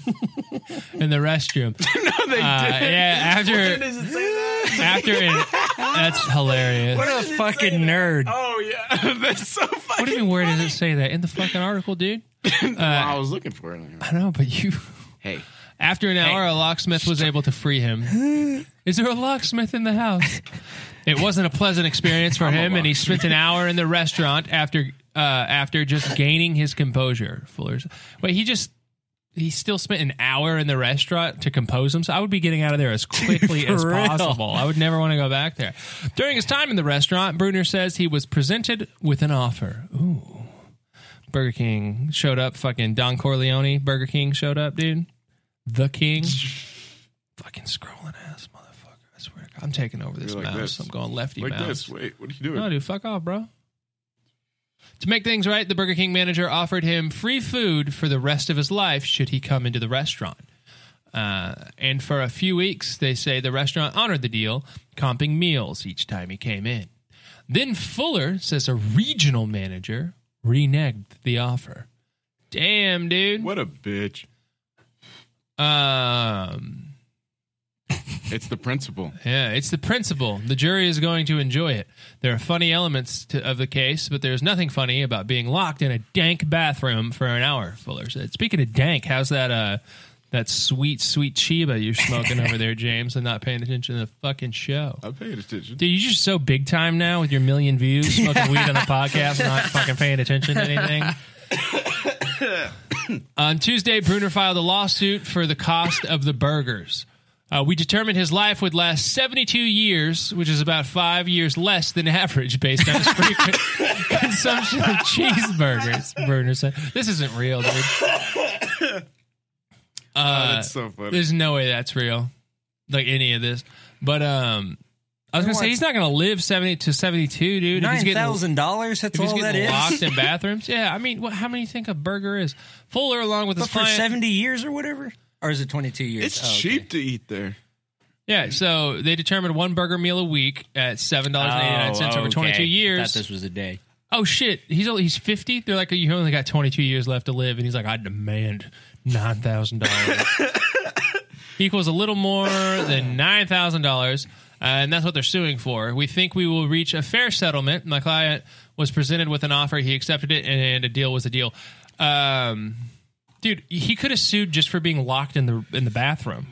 [SPEAKER 2] in the restroom.
[SPEAKER 3] No, they
[SPEAKER 2] Uh,
[SPEAKER 3] didn't.
[SPEAKER 2] yeah,
[SPEAKER 3] Why
[SPEAKER 2] after
[SPEAKER 3] does it say that?
[SPEAKER 2] after it, that's hilarious.
[SPEAKER 4] What a fucking nerd.
[SPEAKER 3] Oh yeah, that's so funny.
[SPEAKER 2] What do you mean? Where does it say that in the fucking article, dude?
[SPEAKER 3] I was looking for it.
[SPEAKER 2] I know, but you.
[SPEAKER 3] Hey,
[SPEAKER 2] After an hour, a locksmith was able to free him. Is there a locksmith in the house? It wasn't a pleasant experience for him, and he spent an hour in the restaurant after uh, after just gaining his composure. Fuller's. Wait, he just he still spent an hour in the restaurant to compose himself. I would be getting out of there as quickly as
[SPEAKER 4] For real.
[SPEAKER 2] possible. I would never want to go back there. During his time in the restaurant, Bruner says he was presented with an offer. Ooh. Burger King showed up. Fucking Don Corleone. Burger King showed up, dude. The King. Fucking scrolling ass motherfucker. I swear. to God. I'm taking over this
[SPEAKER 3] You're like
[SPEAKER 2] mouse.
[SPEAKER 3] this.
[SPEAKER 2] I'm going lefty
[SPEAKER 3] like
[SPEAKER 2] mouse.
[SPEAKER 3] this. Wait, what are you doing?
[SPEAKER 2] No, dude, fuck off, bro. To make things right, the Burger King manager offered him free food for the rest of his life should he come into the restaurant. Uh, and for a few weeks, they say the restaurant honored the deal, comping meals each time he came in. Then Fuller says a regional manager reneged the offer. Damn, dude.
[SPEAKER 3] What a bitch!
[SPEAKER 2] Um,
[SPEAKER 3] It's the principal.
[SPEAKER 2] Yeah, it's the principle. The jury is going to enjoy it. There are funny elements to, of the case, but there's nothing funny about being locked in a dank bathroom for an hour. Fuller said. Speaking of dank, how's that? Uh, that sweet, sweet Chiba you're smoking over there, James, and not paying attention to the fucking show.
[SPEAKER 3] I paid attention.
[SPEAKER 2] Dude, you're just so big time now with your million views, smoking weed on the podcast, not fucking paying attention to anything. on Tuesday, Bruner filed a lawsuit for the cost of the burgers. Uh, we determined his life would last 72 years, which is about five years less than average based on his frequent consumption of cheeseburgers. Bruner said, This isn't real, dude.
[SPEAKER 3] That's so funny.
[SPEAKER 2] There's no way that's real, like any of this. But um, I was gonna say he's not gonna live seventy to seventy-two, dude. If he's
[SPEAKER 4] Nine
[SPEAKER 2] getting-
[SPEAKER 4] thousand dollars. That's
[SPEAKER 2] If he's
[SPEAKER 4] all that
[SPEAKER 2] getting
[SPEAKER 4] is.
[SPEAKER 2] locked in bathrooms, yeah. I mean, what, how many think a burger is? Fuller, along with his
[SPEAKER 4] But for
[SPEAKER 2] client,
[SPEAKER 4] seventy years or whatever, or is it twenty-two years?
[SPEAKER 3] It's
[SPEAKER 4] Oh, okay.
[SPEAKER 3] cheap to eat there.
[SPEAKER 2] Yeah, so they determined one burger meal a week at seven dollars and eighty nine cents
[SPEAKER 5] Oh,
[SPEAKER 2] over
[SPEAKER 5] okay.
[SPEAKER 2] twenty two
[SPEAKER 4] Thought
[SPEAKER 2] years.
[SPEAKER 4] this was a day.
[SPEAKER 2] oh shit, he's only, he's fifty. They're like, you only got twenty two years left to live, and he's like, I demand nine thousand dollars. Equals a little more than nine thousand dollars, and that's what they're suing for. We think we will reach a fair settlement. My client was presented with an offer, he accepted it, and a deal was a deal. Um, dude, he could have sued just for being locked in the in the bathroom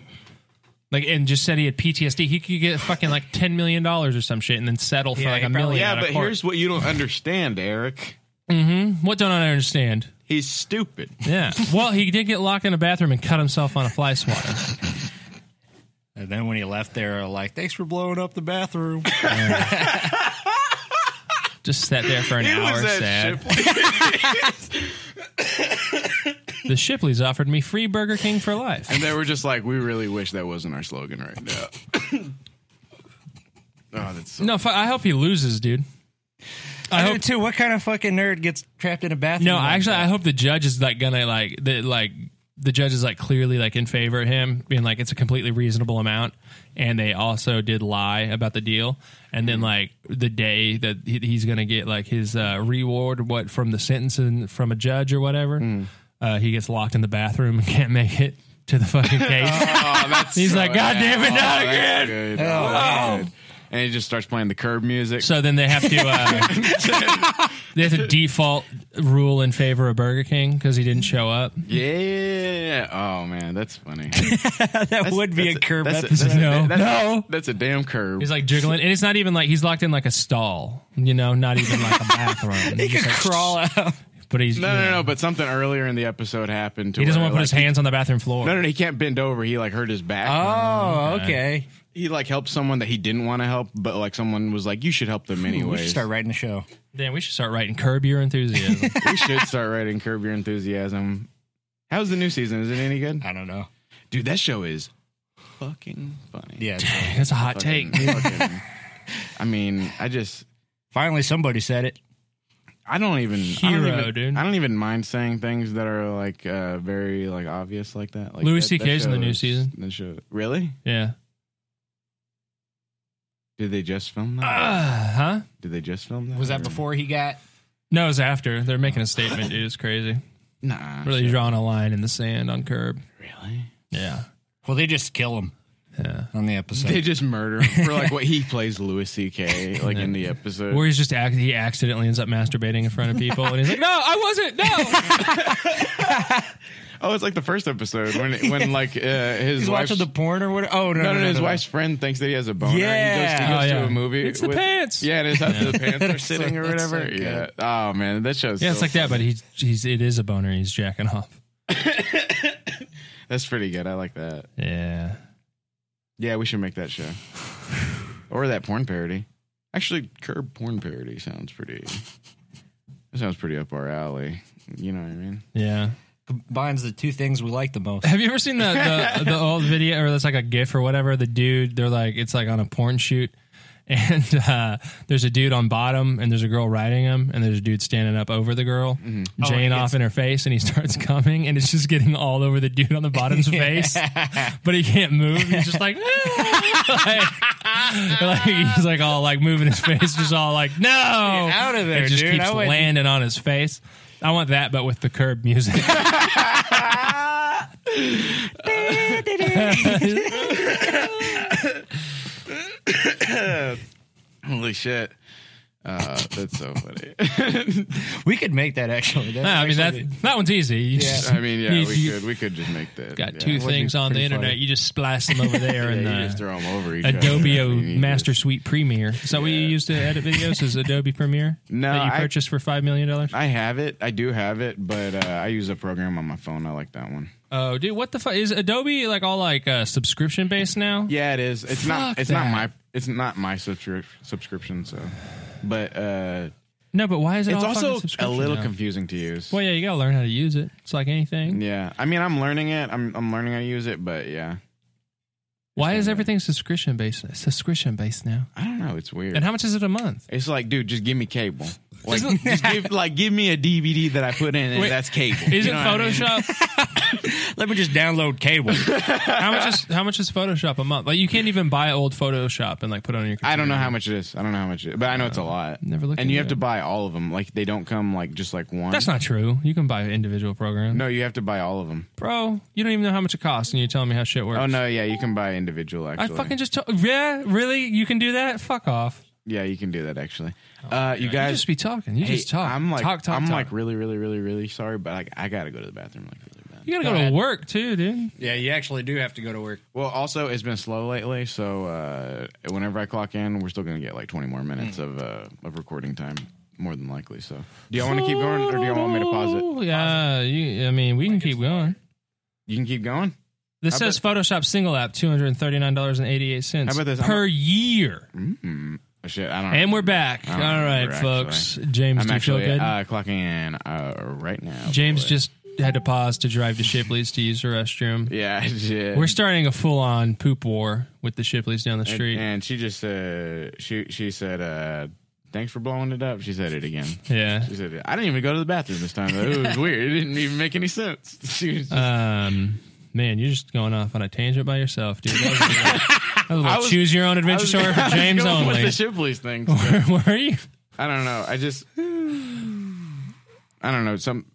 [SPEAKER 2] like and just said he had PTSD, he could get fucking like ten million dollars or some shit, and then settle for like
[SPEAKER 5] he
[SPEAKER 2] a
[SPEAKER 5] probably-
[SPEAKER 2] million.
[SPEAKER 3] Yeah,
[SPEAKER 2] out of
[SPEAKER 3] but
[SPEAKER 2] court.
[SPEAKER 3] here's what you don't understand, Eric.
[SPEAKER 2] what don't I understand?
[SPEAKER 3] He's stupid.
[SPEAKER 2] Yeah, well, he did get locked in a bathroom and cut himself on a fly swatter.
[SPEAKER 5] And then when he left, they were like, "Thanks for blowing up the bathroom."
[SPEAKER 2] Just sat there for an
[SPEAKER 3] It
[SPEAKER 2] hour,
[SPEAKER 3] was that
[SPEAKER 2] sad.
[SPEAKER 3] Shipley.
[SPEAKER 2] The Shipleys offered me free Burger King for life.
[SPEAKER 3] And they were just like, we really wish that wasn't our slogan right now. oh, that's so
[SPEAKER 2] No, fu- I hope he loses, dude. I
[SPEAKER 5] I do
[SPEAKER 2] hope.
[SPEAKER 5] too. What kind of fucking nerd gets trapped in a bathroom?
[SPEAKER 2] No,
[SPEAKER 5] like
[SPEAKER 2] actually,
[SPEAKER 5] that?
[SPEAKER 2] I hope the judge is like gonna like the like the judge is like clearly like in favor of him, being like it's a completely reasonable amount, and they also did lie about the deal, and then like the day that he, he's gonna get like his uh, reward, what from the sentence and from a judge or whatever, uh, he gets locked in the bathroom and can't make it to the fucking case. he's like, God damn it, not again.
[SPEAKER 3] that's good. Oh, that's good. And he just starts playing the curb music.
[SPEAKER 2] So then they have to uh, they have to default rule in favor of Burger King because he didn't show up.
[SPEAKER 3] yeah. Oh man, that's funny.
[SPEAKER 5] that would be a
[SPEAKER 3] That's
[SPEAKER 5] curb
[SPEAKER 3] that's
[SPEAKER 5] episode.
[SPEAKER 3] that's
[SPEAKER 2] No.
[SPEAKER 3] that's,
[SPEAKER 2] No.
[SPEAKER 3] That's a damn curb.
[SPEAKER 2] He's like jiggling, and it's not even like he's locked in like a stall, you know, not even like a bathroom. he could crawl out, but he's
[SPEAKER 3] no, no, no. But something earlier in the episode happened. To
[SPEAKER 2] He doesn't
[SPEAKER 3] where,
[SPEAKER 2] want to put
[SPEAKER 3] like,
[SPEAKER 2] his hands on the bathroom floor.
[SPEAKER 3] No, no, no, he can't bend over. He like hurt his back.
[SPEAKER 5] Oh, okay.
[SPEAKER 3] He like helped someone that he didn't want to help, but like someone was like, "You should help them anyway."
[SPEAKER 5] We should start writing the show.
[SPEAKER 2] Damn, we should start writing "Curb Your Enthusiasm."
[SPEAKER 3] we should start writing Curb Your Enthusiasm. How's the new season? Is it any good?
[SPEAKER 5] I don't know.
[SPEAKER 3] Dude, that show is fucking funny.
[SPEAKER 5] Yeah.
[SPEAKER 2] That's a hot take.
[SPEAKER 3] Fucking- fucking- I mean, I just
[SPEAKER 5] Finally, somebody said it.
[SPEAKER 3] I don't even I
[SPEAKER 2] Hero,
[SPEAKER 3] don't even,
[SPEAKER 2] dude.
[SPEAKER 3] I don't even mind saying things that are like uh, very like obvious like that. Like
[SPEAKER 2] Louis
[SPEAKER 3] that- that
[SPEAKER 2] CK's in the
[SPEAKER 3] show
[SPEAKER 2] new
[SPEAKER 3] is-
[SPEAKER 2] season.
[SPEAKER 3] That show, really?
[SPEAKER 2] Yeah.
[SPEAKER 3] Did they just film that?
[SPEAKER 2] Uh, huh?
[SPEAKER 3] Did they just film that?
[SPEAKER 5] Was that
[SPEAKER 3] or-
[SPEAKER 5] before he got?
[SPEAKER 2] No, it's after they're making a statement. Dude, it's crazy.
[SPEAKER 3] Nah.
[SPEAKER 2] Really drawing a line in the sand on Curb.
[SPEAKER 3] Really?
[SPEAKER 2] Yeah.
[SPEAKER 5] Well, they just kill him.
[SPEAKER 2] Yeah.
[SPEAKER 5] On the episode.
[SPEAKER 3] They just murder him for like what he plays Louis C.K. like in the episode.
[SPEAKER 2] Where he's just act- he accidentally ends up masturbating in front of people, and he's like, "No, I wasn't. No."
[SPEAKER 3] oh, it's like the first episode when when like uh, his
[SPEAKER 5] He's
[SPEAKER 3] wife's
[SPEAKER 5] watching the porn or whatever. Oh no,
[SPEAKER 3] No, no, no, his wife's friend thinks that he has a boner. He
[SPEAKER 5] Yeah.
[SPEAKER 3] goes, he goes
[SPEAKER 2] Oh, yeah.
[SPEAKER 3] to a movie.
[SPEAKER 2] It's the pants.
[SPEAKER 3] Yeah, and it's after the pants are sitting or
[SPEAKER 5] That's so
[SPEAKER 3] whatever.
[SPEAKER 5] good.
[SPEAKER 3] yeah. Oh man, that shows.
[SPEAKER 2] Yeah, it's like that, but he's he's it is a boner. He's jacking off.
[SPEAKER 3] That's pretty good. I like that.
[SPEAKER 2] Yeah.
[SPEAKER 3] Yeah, we should make that show. or that porn parody. Actually, curb porn parody sounds pretty. That sounds pretty up our alley. You know what I mean?
[SPEAKER 2] Yeah.
[SPEAKER 5] combines the two things we like the most.
[SPEAKER 2] Have you ever seen the the, the old video or that's like a GIF or whatever? The dude, they're like it's like on a porn shoot, and uh, there's a dude on bottom, and there's a girl riding him, and there's a dude standing up over the girl,
[SPEAKER 5] Mm-hmm.
[SPEAKER 2] Jane off in her face, and he starts coming, and it's just getting all over the dude on the bottom's face, but he can't move. He's just like. like, like, he's like all like moving his face, just all like no
[SPEAKER 5] out of there,
[SPEAKER 2] It just
[SPEAKER 5] dude.
[SPEAKER 2] keeps
[SPEAKER 5] I wouldn't-
[SPEAKER 2] landing on his face. I want that, but with the curb music.
[SPEAKER 3] Holy shit. Uh, that's so funny.
[SPEAKER 5] We could make that actually. That
[SPEAKER 2] No, I mean that
[SPEAKER 5] actually
[SPEAKER 2] that one's easy. You just,
[SPEAKER 3] I mean, yeah,
[SPEAKER 2] you-
[SPEAKER 3] we
[SPEAKER 2] you
[SPEAKER 3] could we could just make that.
[SPEAKER 2] Got
[SPEAKER 3] yeah.
[SPEAKER 2] two
[SPEAKER 3] Wouldn't
[SPEAKER 2] things
[SPEAKER 3] it be
[SPEAKER 2] on the
[SPEAKER 3] pretty
[SPEAKER 2] internet.
[SPEAKER 3] funny?
[SPEAKER 2] You just splice them over there in
[SPEAKER 3] Yeah, you just
[SPEAKER 2] the
[SPEAKER 3] throw them over each
[SPEAKER 2] Adobe
[SPEAKER 3] other. I mean, you
[SPEAKER 2] Master
[SPEAKER 3] just-
[SPEAKER 2] Suite Premiere. Is that what you use to edit videos? Is Adobe Premiere
[SPEAKER 3] No,
[SPEAKER 2] that you
[SPEAKER 3] I-
[SPEAKER 2] purchased for five million dollars?
[SPEAKER 3] I have it. I do have it, but uh, I use a program on my phone. I like that one.
[SPEAKER 2] Oh, dude, what the fuck is Adobe like all like uh, subscription based now?
[SPEAKER 3] Yeah, it is. It's
[SPEAKER 2] Fuck
[SPEAKER 3] not. It's
[SPEAKER 2] that.
[SPEAKER 3] not my. It's not my subscri- subscription. So, but uh,
[SPEAKER 2] No, but why is it?
[SPEAKER 3] it's
[SPEAKER 2] all
[SPEAKER 3] also
[SPEAKER 2] fucking
[SPEAKER 3] a
[SPEAKER 2] subscription
[SPEAKER 3] little
[SPEAKER 2] now?
[SPEAKER 3] confusing to use.
[SPEAKER 2] Well, yeah, you gotta learn how to use it. It's like anything.
[SPEAKER 3] Yeah, I mean, I'm learning it. I'm I'm learning how to use it, but yeah,
[SPEAKER 2] Why is everything subscription based? Subscription based now.
[SPEAKER 3] I don't know. It's weird.
[SPEAKER 2] And how much is it a month?
[SPEAKER 3] it's like, dude, just give me cable. Like, just give, like, give me a DVD that I put in, and
[SPEAKER 2] Wait,
[SPEAKER 3] that's cable.
[SPEAKER 2] Isn't
[SPEAKER 3] You know what I mean?
[SPEAKER 2] Photoshop?
[SPEAKER 5] Let me just download cable.
[SPEAKER 2] how much is how much is Photoshop a month? Like you can't even buy old Photoshop and like put it on your. Computer.
[SPEAKER 3] I don't know how much it is. I don't know how much it is, but I know it's a lot.
[SPEAKER 2] never looked
[SPEAKER 3] And you
[SPEAKER 2] into
[SPEAKER 3] have to
[SPEAKER 2] it.
[SPEAKER 3] buy all of them. Like they don't come like just like one.
[SPEAKER 2] That's not true. You can buy individual programs.
[SPEAKER 3] No, you have to buy all of them.
[SPEAKER 2] bro, you don't even know how much it costs, and you're telling me how shit works.
[SPEAKER 3] Oh no, yeah, you can buy individual
[SPEAKER 2] I
[SPEAKER 3] actually.
[SPEAKER 2] fucking just told. Yeah, really? You can do that? Fuck off.
[SPEAKER 3] Yeah, you can do that actually. uh, you
[SPEAKER 2] Oh, You
[SPEAKER 3] guys
[SPEAKER 2] just be talking. You
[SPEAKER 3] hey,
[SPEAKER 2] just talk.
[SPEAKER 3] I'm like
[SPEAKER 2] talk, talk,
[SPEAKER 3] I'm
[SPEAKER 2] talk.
[SPEAKER 3] like really, really, really, really sorry, but like I gotta go to the bathroom like really bad.
[SPEAKER 2] you gotta go,
[SPEAKER 5] Go
[SPEAKER 2] to
[SPEAKER 5] ahead.
[SPEAKER 2] work too, dude.
[SPEAKER 5] yeah, you actually do have to go to work.
[SPEAKER 3] Well, also it's been slow lately, so uh, whenever I clock in, we're still gonna get like 20 more
[SPEAKER 2] Hmm.
[SPEAKER 3] minutes of uh, of recording time, more than likely. So, do y'all want to keep going, or do y'all want me to pause it?
[SPEAKER 2] Yeah, you, I mean, we can keep going.
[SPEAKER 3] You can keep going.
[SPEAKER 2] This
[SPEAKER 3] How
[SPEAKER 2] says Photoshop single app, two hundred thirty nine dollars and eighty eight cents
[SPEAKER 3] How about this? I'm
[SPEAKER 2] per year.
[SPEAKER 3] Oh, shit, I don't.
[SPEAKER 2] And we're back.
[SPEAKER 3] I
[SPEAKER 2] All
[SPEAKER 3] don't
[SPEAKER 2] right,
[SPEAKER 3] remember,
[SPEAKER 2] folks.
[SPEAKER 3] Oh, actually.
[SPEAKER 2] James,
[SPEAKER 3] I'm
[SPEAKER 2] do you feel
[SPEAKER 3] actually
[SPEAKER 2] good?
[SPEAKER 3] Uh, clocking in uh, right now.
[SPEAKER 2] James
[SPEAKER 3] boy.
[SPEAKER 2] just had to pause to drive to Shipley's to use the restroom.
[SPEAKER 3] yeah, I did.
[SPEAKER 2] We're starting a full on poop war with the Shipleys down the
[SPEAKER 3] And-
[SPEAKER 2] street.
[SPEAKER 3] And she just uh, she she said uh, thanks for blowing it up. She said it again.
[SPEAKER 2] yeah.
[SPEAKER 3] She said it. I didn't even go to the bathroom this time. Though. It was weird. It didn't even make any sense. She was just,
[SPEAKER 2] Um, man, you're just going off on a tangent by yourself, dude. That was a little- that was a little
[SPEAKER 3] was-
[SPEAKER 2] choose your own adventure story
[SPEAKER 3] I
[SPEAKER 2] for
[SPEAKER 3] was
[SPEAKER 2] James
[SPEAKER 3] going With
[SPEAKER 2] only.
[SPEAKER 3] the Shipley's thing.
[SPEAKER 2] where were you?
[SPEAKER 3] I don't know. I just I don't know. Some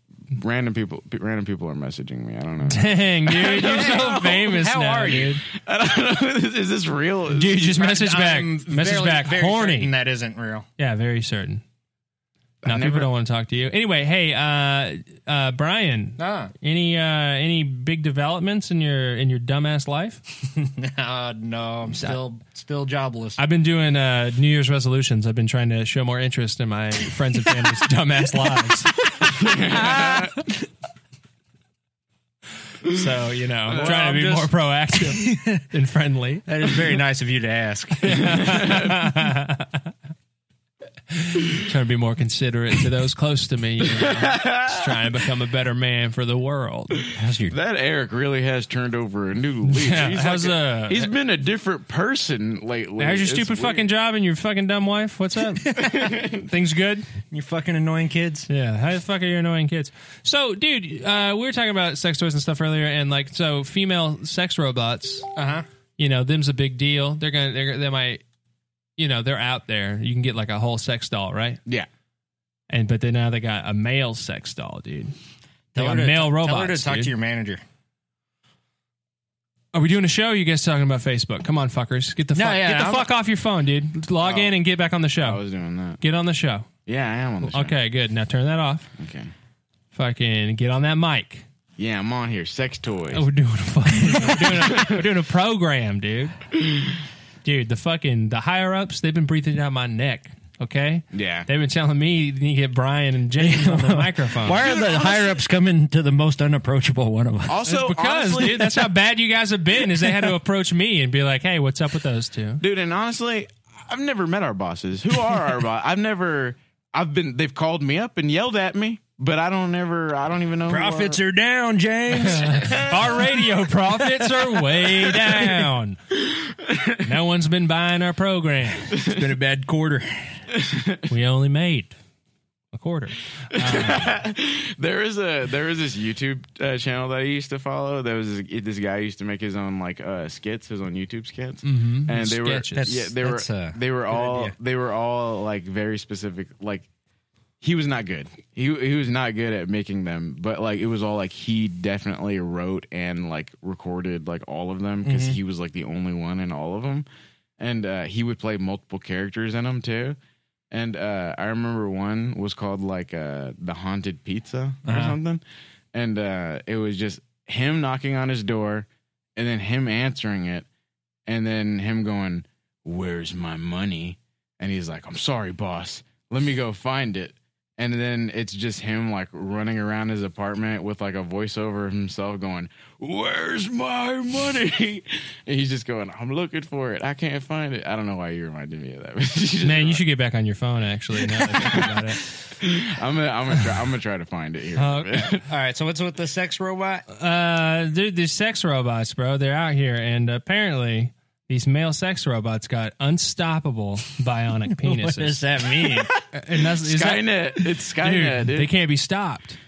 [SPEAKER 3] random people pe- random people are messaging me. I don't know.
[SPEAKER 2] Dang, dude, you're so famous
[SPEAKER 5] How
[SPEAKER 2] now,
[SPEAKER 5] are you?
[SPEAKER 2] dude.
[SPEAKER 3] I don't know. Is this real?
[SPEAKER 2] Dude, just message back.
[SPEAKER 5] I'm
[SPEAKER 2] message
[SPEAKER 5] fairly-
[SPEAKER 2] back.
[SPEAKER 5] very
[SPEAKER 2] Horny.
[SPEAKER 5] certain That isn't real.
[SPEAKER 2] Yeah, very certain. Now
[SPEAKER 3] never-
[SPEAKER 2] people don't want to talk to you. Anyway, hey, uh, uh, Brian,
[SPEAKER 5] Ah.
[SPEAKER 2] any uh, any big developments in your in your dumbass life?
[SPEAKER 5] Uh, no, I'm still still jobless.
[SPEAKER 2] I've been doing uh, New Year's resolutions. I've been trying to show more interest in my friends and family's dumbass lives. so you know, I'm trying to be
[SPEAKER 5] I'm
[SPEAKER 2] more
[SPEAKER 5] just-
[SPEAKER 2] proactive and friendly.
[SPEAKER 5] that is very nice of you to ask.
[SPEAKER 2] Trying to be more considerate to those close to me. You know? Just trying to become a better man for the world.
[SPEAKER 4] How's your
[SPEAKER 3] That Eric really has turned over a new leaf.
[SPEAKER 2] Yeah,
[SPEAKER 3] he's,
[SPEAKER 2] how's,
[SPEAKER 3] like
[SPEAKER 2] uh,
[SPEAKER 3] he's been a different person lately.
[SPEAKER 2] How's your
[SPEAKER 3] It's
[SPEAKER 2] stupid
[SPEAKER 3] weird.
[SPEAKER 2] fucking job and your fucking dumb wife? What's up? Things good?
[SPEAKER 5] you fucking annoying kids.
[SPEAKER 2] Yeah. How the fuck are your annoying kids? So, dude, uh, we were talking about sex toys and stuff earlier, and like, so female sex robots,
[SPEAKER 5] Uh huh.
[SPEAKER 2] you know, them's a big deal. They're gonna, they're, they might, you know, they're out there. You can get like a whole sex doll, right?
[SPEAKER 3] Yeah.
[SPEAKER 2] And but then now they got a male sex doll, dude. They
[SPEAKER 5] Tell
[SPEAKER 2] got
[SPEAKER 5] her to,
[SPEAKER 2] male robots.
[SPEAKER 5] Tell her to talk
[SPEAKER 2] dude.
[SPEAKER 5] to your manager.
[SPEAKER 2] Are we doing a show? Or you guys talking about Facebook? Come on, fuckers, get the
[SPEAKER 5] No,
[SPEAKER 2] fuck,
[SPEAKER 5] yeah,
[SPEAKER 2] get the
[SPEAKER 5] I'm-
[SPEAKER 2] fuck off your phone, dude. Log in and get back on the
[SPEAKER 3] Oh. I
[SPEAKER 2] show.
[SPEAKER 3] was doing that.
[SPEAKER 2] Get on the show.
[SPEAKER 3] Yeah, I am on the show.
[SPEAKER 2] Okay, good. Now turn that off.
[SPEAKER 3] Okay.
[SPEAKER 2] Fucking get on that mic.
[SPEAKER 3] Yeah, I'm on here. Sex toys.
[SPEAKER 2] Oh, we're doing a fucking, we're, doing a, we're doing a program, dude. Dude, the fucking the higher ups, they've been breathing down my neck. Okay.
[SPEAKER 3] Yeah.
[SPEAKER 2] They've been telling me you need to get Brian and James on the microphone.
[SPEAKER 4] Why are the higher ups coming to the most unapproachable one of us?
[SPEAKER 3] also,
[SPEAKER 2] Because
[SPEAKER 3] honestly,
[SPEAKER 2] dude, that's how bad you guys have been. Is they had to approach me and be like, "Hey, what's up with those two?
[SPEAKER 3] dude, and honestly, I've never met our bosses. Who are our boss? I've never. I've been. They've called me up and yelled at me, but I don't ever. I don't even know. who
[SPEAKER 4] Profits
[SPEAKER 3] our-
[SPEAKER 4] are down, James.
[SPEAKER 2] Our radio profits are way down. No one's been buying our program.
[SPEAKER 4] it's been a bad quarter.
[SPEAKER 2] We only made a quarter.
[SPEAKER 3] There is a there is this YouTube uh, channel that I used to follow. There was this, this guy used to make his own like uh, skits, his own YouTube skits, mm-hmm. and they
[SPEAKER 2] Sketches.
[SPEAKER 3] were yeah they
[SPEAKER 4] That's-
[SPEAKER 3] were
[SPEAKER 4] that's a
[SPEAKER 3] they were all
[SPEAKER 4] idea.
[SPEAKER 3] they were all like very specific. Like he was not good. He he was not good at making them, but like it was all like he definitely wrote and like recorded like all of them because he was like the only one in all of them, and uh, he would play multiple characters in them too. And uh, I remember one was called like uh, the haunted pizza or something, and uh, it was just him knocking on his door, and then him answering it, and then him going, "Where's my money?" And he's like, "I'm sorry, boss. Let me go find it." And then it's just him like running around his apartment with like a voiceover of himself going, "Where's my money?" and he's just going, "I'm looking for it. I can't find it." I don't know why you reminded me of that. but-
[SPEAKER 2] Man, you should get back on your phone. Actually, now that I think about it.
[SPEAKER 3] I'm gonna, I'm gonna try, I'm gonna try to find it here.
[SPEAKER 5] Uh,
[SPEAKER 2] Okay.
[SPEAKER 5] All right, so what's with the sex robot?
[SPEAKER 2] Uh, dude, these sex robots, bro, they're out here, and apparently These male sex robots got unstoppable bionic penises.
[SPEAKER 4] What does that mean?
[SPEAKER 2] And that's, is that-
[SPEAKER 3] Skynet. it's
[SPEAKER 2] dude,
[SPEAKER 3] Skynet. dude.
[SPEAKER 2] they can't be stopped.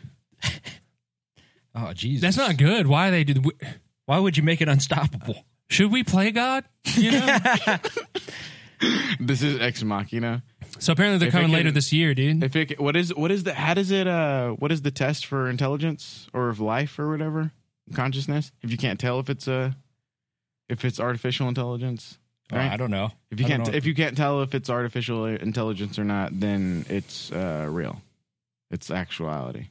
[SPEAKER 4] oh, Jesus.
[SPEAKER 2] That's not good. Why they did? we-
[SPEAKER 4] Why would you make it unstoppable?
[SPEAKER 2] Should we play God?
[SPEAKER 3] This is Ex Machina.
[SPEAKER 2] So apparently they're
[SPEAKER 3] If it
[SPEAKER 2] coming later
[SPEAKER 3] can-
[SPEAKER 2] this year, dude.
[SPEAKER 3] If it, what is what is the how does it uh what is the test for intelligence or of life or whatever consciousness if you can't tell if it's a if it's artificial intelligence
[SPEAKER 5] Oh,
[SPEAKER 3] right
[SPEAKER 5] I don't know.
[SPEAKER 3] if you
[SPEAKER 5] I don't
[SPEAKER 3] can't
[SPEAKER 5] know.
[SPEAKER 3] if you can't tell if it's artificial intelligence or not then it's uh real it's actuality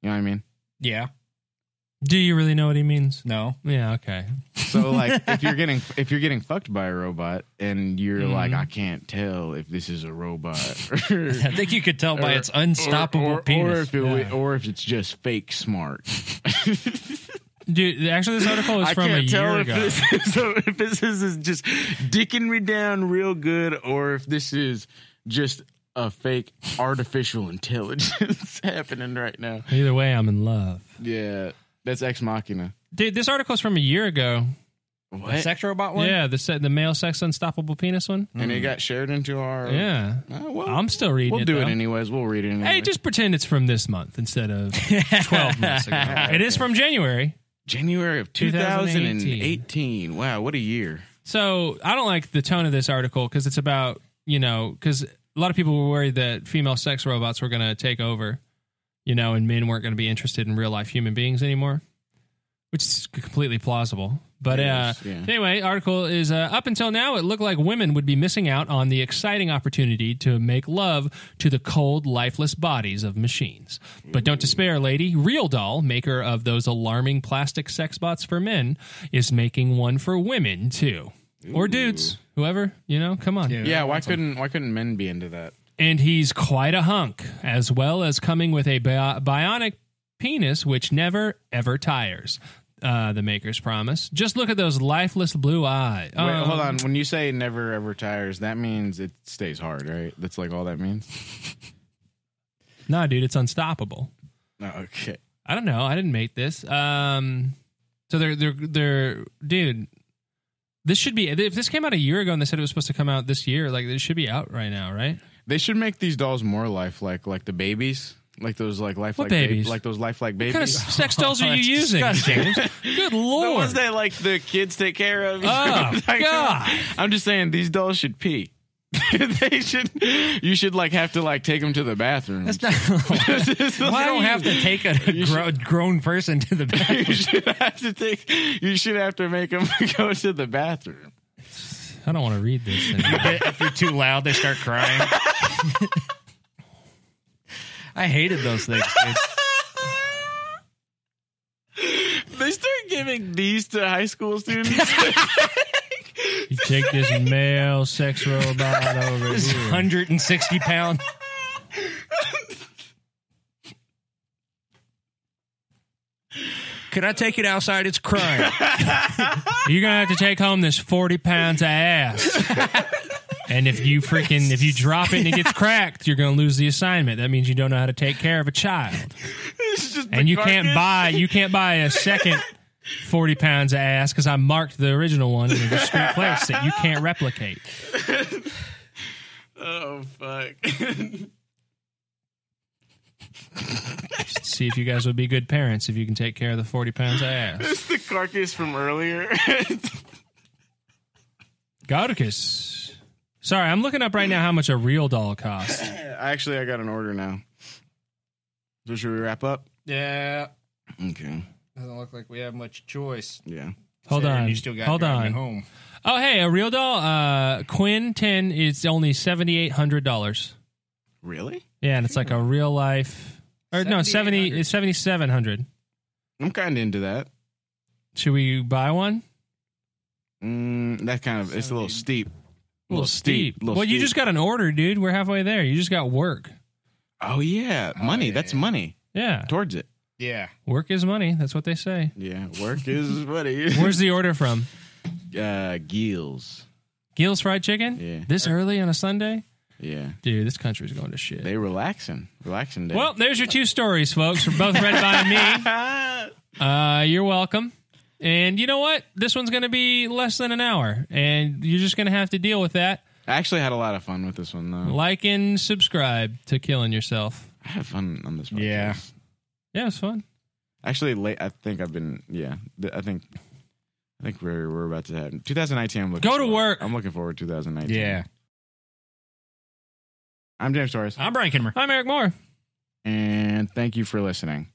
[SPEAKER 3] you know what I mean
[SPEAKER 5] yeah,
[SPEAKER 2] Do you really know what he means?
[SPEAKER 5] no.
[SPEAKER 2] Yeah. Okay.
[SPEAKER 3] so like if you're getting if you're getting fucked by a robot and you're
[SPEAKER 2] Mm-hmm.
[SPEAKER 3] like I can't tell if this is a robot or-
[SPEAKER 4] I think you could tell by
[SPEAKER 3] Or-
[SPEAKER 4] its unstoppable
[SPEAKER 3] or, or,
[SPEAKER 4] penis.
[SPEAKER 3] or if it,
[SPEAKER 2] Yeah.
[SPEAKER 3] or if it's just fake smart
[SPEAKER 2] Dude, actually, this article is
[SPEAKER 3] I
[SPEAKER 2] from a
[SPEAKER 3] can't tell
[SPEAKER 2] year
[SPEAKER 3] if
[SPEAKER 2] ago.
[SPEAKER 3] this, is, if this is, is just dicking me down real good or if this is just a fake artificial intelligence happening right now.
[SPEAKER 2] Either way, I'm in love.
[SPEAKER 3] Yeah, that's Ex Machina.
[SPEAKER 2] Dude, this article is from a year ago.
[SPEAKER 3] What?
[SPEAKER 5] Sex robot one.
[SPEAKER 2] Yeah, the se- the male sex unstoppable penis one.
[SPEAKER 3] and it got shared into our.
[SPEAKER 2] Mm. Yeah,
[SPEAKER 3] Uh, well,
[SPEAKER 2] I'm still reading.
[SPEAKER 3] we'll
[SPEAKER 2] it,
[SPEAKER 3] do
[SPEAKER 2] though.
[SPEAKER 3] it anyways. We'll read it anyways.
[SPEAKER 2] Hey, just pretend it's from this month instead of 12 months ago. It is from January.
[SPEAKER 3] January of 2018.
[SPEAKER 2] 2018.
[SPEAKER 3] Wow, what a year.
[SPEAKER 2] So I don't like the tone of this article because it's about, you know, because a lot of people were worried that female sex robots were going to take over, you know, and men weren't going to be interested in real life human beings anymore, which is completely plausible. But
[SPEAKER 3] It
[SPEAKER 2] uh,
[SPEAKER 3] is, yeah.
[SPEAKER 2] anyway, article is uh, up until now, it looked like women would be missing out on the exciting opportunity to make love to the cold, lifeless bodies of machines. But don't despair, lady. Real Doll, maker of those alarming plastic sex bots for men, is making one for women too, or dudes, whoever you know. Come on,
[SPEAKER 3] Yeah, why couldn't why couldn't men be into that?
[SPEAKER 2] and he's quite a hunk, as well as coming with a bi- bionic penis which never ever tires. Uh, the makers promise. Just look at those lifeless blue eyes. Oh,
[SPEAKER 3] Wait, hold on. When you say never ever tires, that means it stays hard, right? That's like all that means.
[SPEAKER 2] nah, dude, it's unstoppable.
[SPEAKER 3] No, okay.
[SPEAKER 2] I don't know. I didn't make this. Um, so they're they're they're dude. This should be if this came out a year ago and they said it was supposed to come out this year. Like it should be out right now, right?
[SPEAKER 3] They should make these dolls more lifelike, like the babies, like those like lifelike
[SPEAKER 2] What
[SPEAKER 3] bab-
[SPEAKER 2] babies?
[SPEAKER 3] like those lifelike
[SPEAKER 2] What
[SPEAKER 3] babies.
[SPEAKER 2] kind of sex dolls are you
[SPEAKER 4] That's
[SPEAKER 2] using? James? Good
[SPEAKER 3] the
[SPEAKER 2] lord!
[SPEAKER 3] ones that like the kids take care of.
[SPEAKER 2] Oh, God.
[SPEAKER 3] I'm just saying these dolls should pee. they should. You should like have to like take them to the bathroom.
[SPEAKER 4] That's not. Why don't have to take a gro- grown person to the bathroom?
[SPEAKER 3] you should have to take. You should have to make them go to the bathroom.
[SPEAKER 2] I don't want to read this. anymore.
[SPEAKER 4] if you're too loud, they start crying. I hated those things. Dude.
[SPEAKER 3] They start giving these to high school students.
[SPEAKER 2] you take this male sex robot over
[SPEAKER 4] This
[SPEAKER 2] here.
[SPEAKER 4] 160 pound. Can I take it outside? It's crying.
[SPEAKER 2] You're gonna have to take home this forty pounds of ass. and if you freaking if you drop it and it gets cracked, you're gonna lose the assignment. That means you don't know how to take care of a child.
[SPEAKER 3] It's just
[SPEAKER 2] And
[SPEAKER 3] the
[SPEAKER 2] you can't
[SPEAKER 3] carcass.
[SPEAKER 2] buy you can't buy a second forty pounds of ass because I marked the original one in a discreet place that you can't replicate.
[SPEAKER 3] Oh fuck.
[SPEAKER 2] Just see if you guys would be good parents if you can take care of the forty pounds of ass.
[SPEAKER 3] It's the carcass from earlier.
[SPEAKER 2] Gaudicus. Sorry, I'm looking up right now how much a real doll costs.
[SPEAKER 3] Actually, I got an order now. So should we wrap up?
[SPEAKER 5] Yeah.
[SPEAKER 3] Okay.
[SPEAKER 5] Doesn't look like we have much choice.
[SPEAKER 3] Yeah.
[SPEAKER 2] Hold
[SPEAKER 5] Sarah,
[SPEAKER 2] on.
[SPEAKER 5] You still got
[SPEAKER 2] Hold
[SPEAKER 5] driving
[SPEAKER 2] on.
[SPEAKER 5] home.
[SPEAKER 2] Oh, hey, a real doll. Uh, Quinn ten is only seventy eight hundred dollars.
[SPEAKER 3] Really?
[SPEAKER 2] Yeah, and it's like a real life. Or no, seventy it's seventy seven hundred.
[SPEAKER 3] I'm kind of into that.
[SPEAKER 2] Should we buy one?
[SPEAKER 3] Mm, that kind of it's a little steep.
[SPEAKER 2] A little steep.
[SPEAKER 3] little
[SPEAKER 2] well, you
[SPEAKER 3] steep.
[SPEAKER 2] just got an order, dude. We're halfway there. You just got work.
[SPEAKER 3] Oh yeah, money. that's money
[SPEAKER 2] Yeah,
[SPEAKER 3] towards it.
[SPEAKER 5] Yeah.
[SPEAKER 2] work is money. That's what they say.
[SPEAKER 3] Yeah, work is money.
[SPEAKER 2] Where's the order from?
[SPEAKER 3] uh, Gills.
[SPEAKER 2] Gil's Fried Chicken.
[SPEAKER 3] Yeah.
[SPEAKER 2] This early on a Sunday,
[SPEAKER 3] Yeah,
[SPEAKER 2] dude. This country's going to shit.
[SPEAKER 3] they relaxing, relaxing day.
[SPEAKER 2] well, there's your two stories, folks. Were both read by me. Uh, you're welcome. And you know what? This one's going to be less than an hour, and you're just going to have to deal with that.
[SPEAKER 3] I actually had a lot of fun with this one though.
[SPEAKER 2] Like and subscribe to Killing Yourself.
[SPEAKER 3] I had fun on this podcast.
[SPEAKER 5] Yeah.
[SPEAKER 2] Yeah, it's fun.
[SPEAKER 3] Actually, late. I think I've been. Yeah, th- I think. I think we're we're about to have 2019. I'm looking.
[SPEAKER 2] Go to
[SPEAKER 3] forward-
[SPEAKER 2] work.
[SPEAKER 3] I'm looking forward to 2019.
[SPEAKER 5] Yeah.
[SPEAKER 3] I'm James Torres,
[SPEAKER 5] I'm Brian Kimmer.
[SPEAKER 2] I'm Eric Moore.
[SPEAKER 3] and thank you for listening.